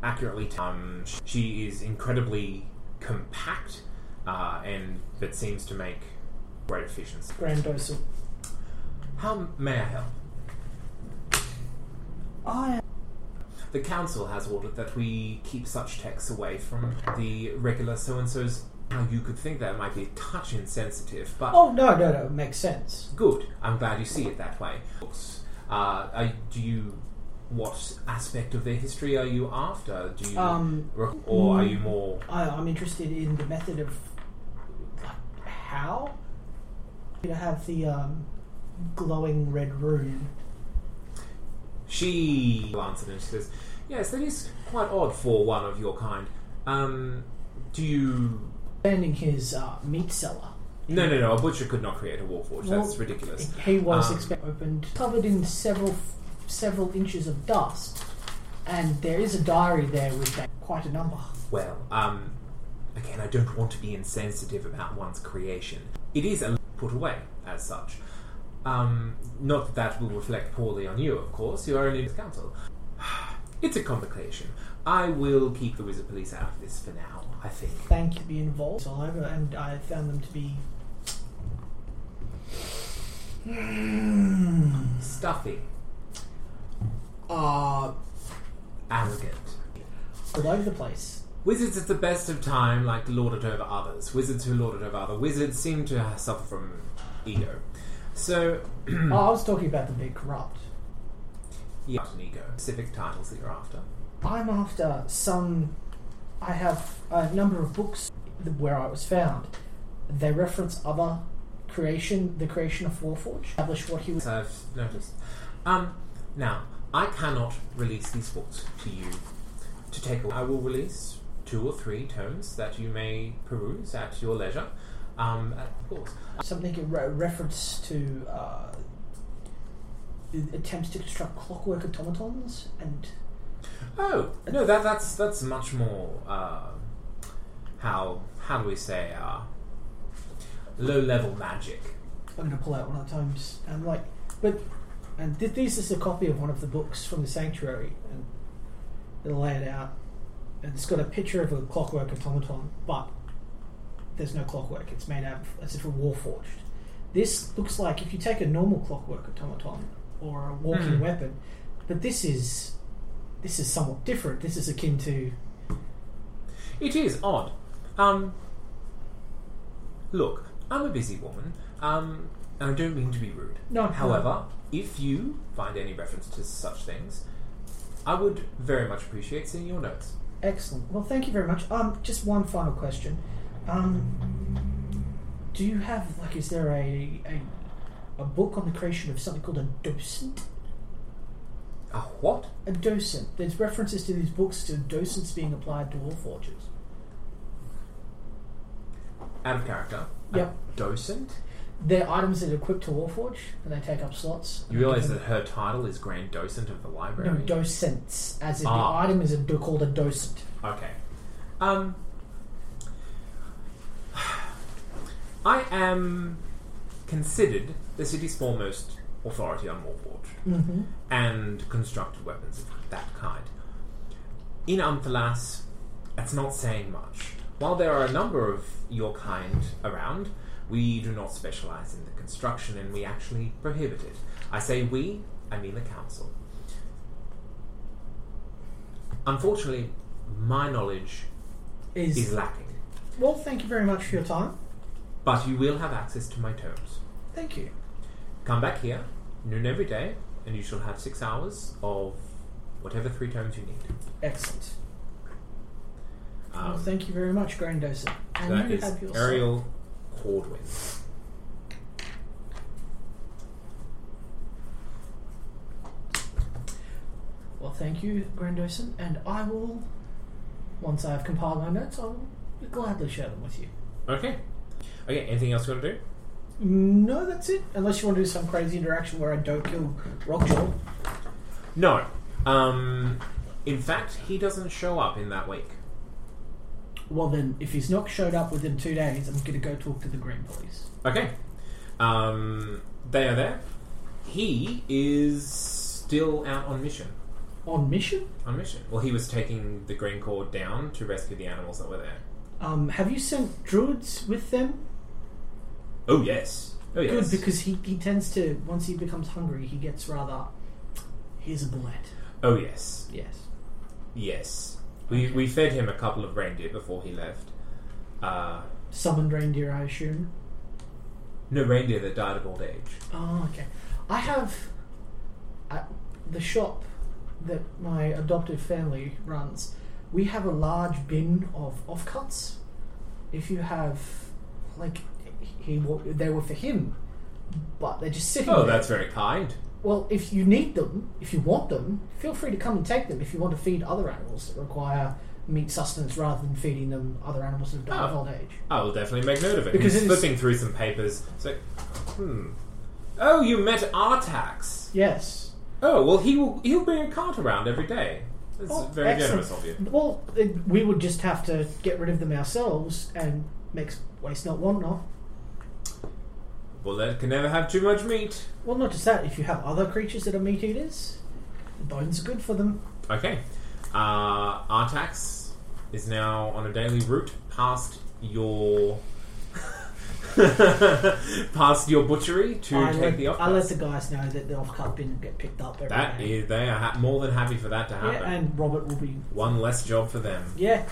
Speaker 7: accurately tell. Um, she is incredibly compact, uh, and that seems to make great efficiency.
Speaker 4: Grand Dosal.
Speaker 7: How may I help?
Speaker 4: I
Speaker 7: The council has ordered that we keep such texts away from the regular so and so's. Now you could think that might be a touch insensitive, but
Speaker 4: Oh no, no, no, it makes sense.
Speaker 7: Good. I'm glad you see it that way. Books. Uh, are, do you? What aspect of their history are you after? Do you,
Speaker 4: Um,
Speaker 7: rec- or are you more?
Speaker 4: I, I'm interested in the method of like, how you know, have the um, glowing red rune.
Speaker 7: She answered and she says, "Yes, that is quite odd for one of your kind. Um, do you?
Speaker 4: Standing his uh, meat cellar,
Speaker 7: No, no, no. A butcher could not create a warforge. That's
Speaker 4: Well,
Speaker 7: ridiculous.
Speaker 4: he was
Speaker 7: Um,
Speaker 4: expe- opened, covered in several several inches of dust, and there is a diary there with that, quite a number.
Speaker 7: Well, um, again, I don't want to be insensitive about one's creation. It is a put away as such. Um, not that that will reflect poorly on you, of course. You are only in the council. [SIGHS] It's a complication. I will keep the wizard police out of this for now. I think.
Speaker 4: Thank you, be involved all over, and I found them to be
Speaker 7: Stuffy,
Speaker 4: uh,
Speaker 7: arrogant.
Speaker 4: all over the place.
Speaker 7: Wizards at the best of time like to lord it over others. Wizards who lord it over other wizards seem to suffer from ego. So,
Speaker 4: oh, I was talking about them being corrupt.
Speaker 7: yeah, an ego. Specific titles that you're after.
Speaker 4: I'm after some. I have a number of books where I was found. They reference other creation, the creation of Warforged, establish what he was.
Speaker 7: as I've noticed. Um, now, I cannot release these books to you to take away. I will release two or three tomes that you may peruse at your leisure. Um, of course.
Speaker 4: Something in re- reference to uh, i- attempts to construct clockwork automatons, and
Speaker 7: Oh no, that that's that's much more. Uh, how how do we say? Uh, low level magic.
Speaker 4: I'm going to pull out one of the times. And like, but and th- this is a copy of one of the books from the sanctuary, and they lay it out, and it's got a picture of a clockwork automaton, but there's no clockwork. It's made out of, as if it were warforged. This looks like if you take a normal clockwork automaton or a walking
Speaker 7: Hmm.
Speaker 4: weapon, but this is this is somewhat different. This is akin to
Speaker 7: It is odd. Um, look, I'm a busy woman, um, and I don't mean to be rude.
Speaker 4: No, no.
Speaker 7: However, if you find any reference to such things, I would very much appreciate seeing your notes.
Speaker 4: Excellent. Well, thank you very much. Um, just one final question. Um, do you have like, is there a a, a book on the creation of something called a docent?
Speaker 7: A what?
Speaker 4: A docent. There's references to these books to docents being applied to all forges.
Speaker 7: Out of character.
Speaker 4: Yep.
Speaker 7: Docent?
Speaker 4: They're items that are equipped to Warforge and they take up slots.
Speaker 7: You realise that her title is Grand Docent of the Library?
Speaker 4: No, docents, as if
Speaker 7: Ah.
Speaker 4: the item is a, called a docent.
Speaker 7: Okay. Um, I am considered the city's foremost authority on Warforged
Speaker 4: Mhm.
Speaker 7: and constructed weapons of that kind. In Umphalas, that's not saying much. While there are a number of your kind around, we do not specialize in the construction and we actually prohibit it. I say we, I mean the council. Unfortunately, my knowledge
Speaker 4: Is-
Speaker 7: is lacking.
Speaker 4: Well, thank you very much for your time.
Speaker 7: But you will have access to my terms.
Speaker 4: Thank you.
Speaker 7: Come back here, noon every day, and you shall have six hours of whatever three terms you need.
Speaker 4: Excellent.
Speaker 7: Um,
Speaker 4: well, thank you very much, Grand Docent. And
Speaker 7: that
Speaker 4: you
Speaker 7: is
Speaker 4: have your
Speaker 7: Ariel Cordwin.
Speaker 4: Well, thank you, Grand Docent, and I will, once I have compiled my notes, I will gladly share them with you.
Speaker 7: Okay. Okay, anything else you want to do?
Speaker 4: No, that's it. Unless you want to do some crazy interaction where I don't kill Rockjaw.
Speaker 7: No. Um, in fact, he doesn't show up in that week.
Speaker 4: Well, then, if he's not showed up within two days, I'm going to go talk to the Green Police.
Speaker 7: Okay. Um, they are there. He is still out on mission.
Speaker 4: On mission?
Speaker 7: On mission. Well, he was taking the green cord down to rescue the animals that were there.
Speaker 4: Um, have you sent druids with them?
Speaker 7: Oh yes. Oh yes.
Speaker 4: Good, because he, he tends to, once he becomes hungry, he gets rather. Here's a bullet.
Speaker 7: oh yes.
Speaker 4: Yes.
Speaker 7: Yes. We we fed him a couple of reindeer before he left. Uh,
Speaker 4: Summoned reindeer, I assume.
Speaker 7: no reindeer that died of old age.
Speaker 4: Oh, okay. I have at the shop that my adoptive family runs. We have a large bin of offcuts. If you have, like, he wa- they were for him, but they're just sitting.
Speaker 7: Oh,
Speaker 4: there.
Speaker 7: that's very kind.
Speaker 4: Well, if you need them, if you want them, feel free to come and take them. If you want to feed other animals that require meat sustenance rather than feeding them other animals that have died of
Speaker 7: Oh.
Speaker 4: old age.
Speaker 7: I will definitely make note of it.
Speaker 4: Because
Speaker 7: He's
Speaker 4: it is-
Speaker 7: flipping through some papers. It's like, hmm. Oh, you met Artax.
Speaker 4: Yes.
Speaker 7: Oh well, he will. He'll bring a cart around every day. That's
Speaker 4: Oh,
Speaker 7: very
Speaker 4: excellent.
Speaker 7: generous of you.
Speaker 4: Well, it- we would just have to get rid of them ourselves and make s- waste not want not.
Speaker 7: Well, that can never have too much meat.
Speaker 4: Well, not just that. If you have other creatures that are meat eaters, the bones are good for them.
Speaker 7: Okay. Uh, Artax is now on a daily route past your [LAUGHS] past your butchery to
Speaker 4: I
Speaker 7: take
Speaker 4: let,
Speaker 7: the
Speaker 4: I let the
Speaker 7: off.
Speaker 4: guys know that the off-cut bin will get picked up every
Speaker 7: That
Speaker 4: day.
Speaker 7: is, they are ha- more than happy for that to happen.
Speaker 4: yeah, and Robert will be
Speaker 7: One less job for them.
Speaker 4: yeah.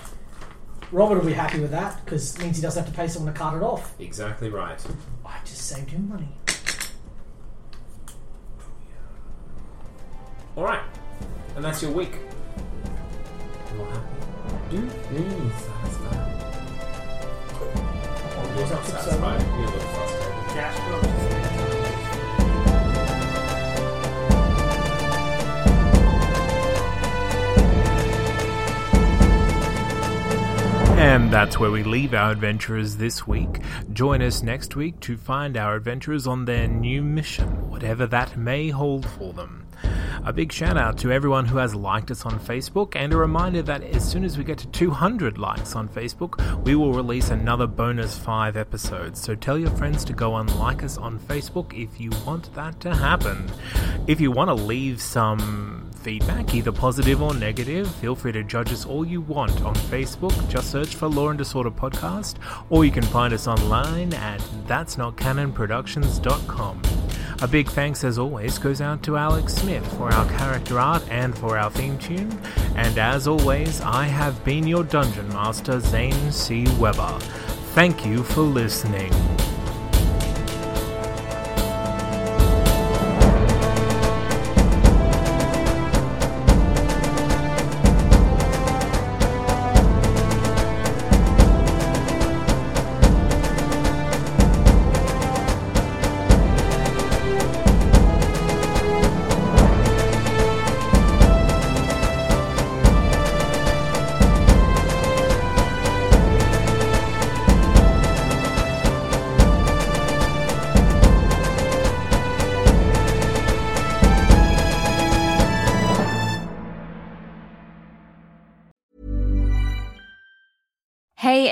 Speaker 4: Robert will be happy with that because it means he doesn't have to pay someone to cut it off.
Speaker 7: Exactly right.
Speaker 4: I just saved him money.
Speaker 7: All right, and that's your week. You're happy. Do you satisfied?
Speaker 4: Oh,
Speaker 7: You're not satisfied. You're a little frustrated.
Speaker 3: And that's where we leave our adventurers this week. Join us next week to find our adventurers on their new mission, whatever that may hold for them. A big shout out to everyone who has liked us on Facebook, and a reminder that as soon as we get to 200 likes on Facebook, we will release another bonus five episodes. So tell your friends to go and like us on Facebook if you want that to happen. If you want to leave some feedback, either positive or negative, feel free to judge us all you want on Facebook. Just search for Law and Disorder Podcast, or you can find us online at that's not canonproductions.com. A big thanks, as always, goes out to Alex Smith for our character art and for our theme tune. And as always, I have been your dungeon master, Zane C. Weber. Thank you for listening.
Speaker 1: Hey,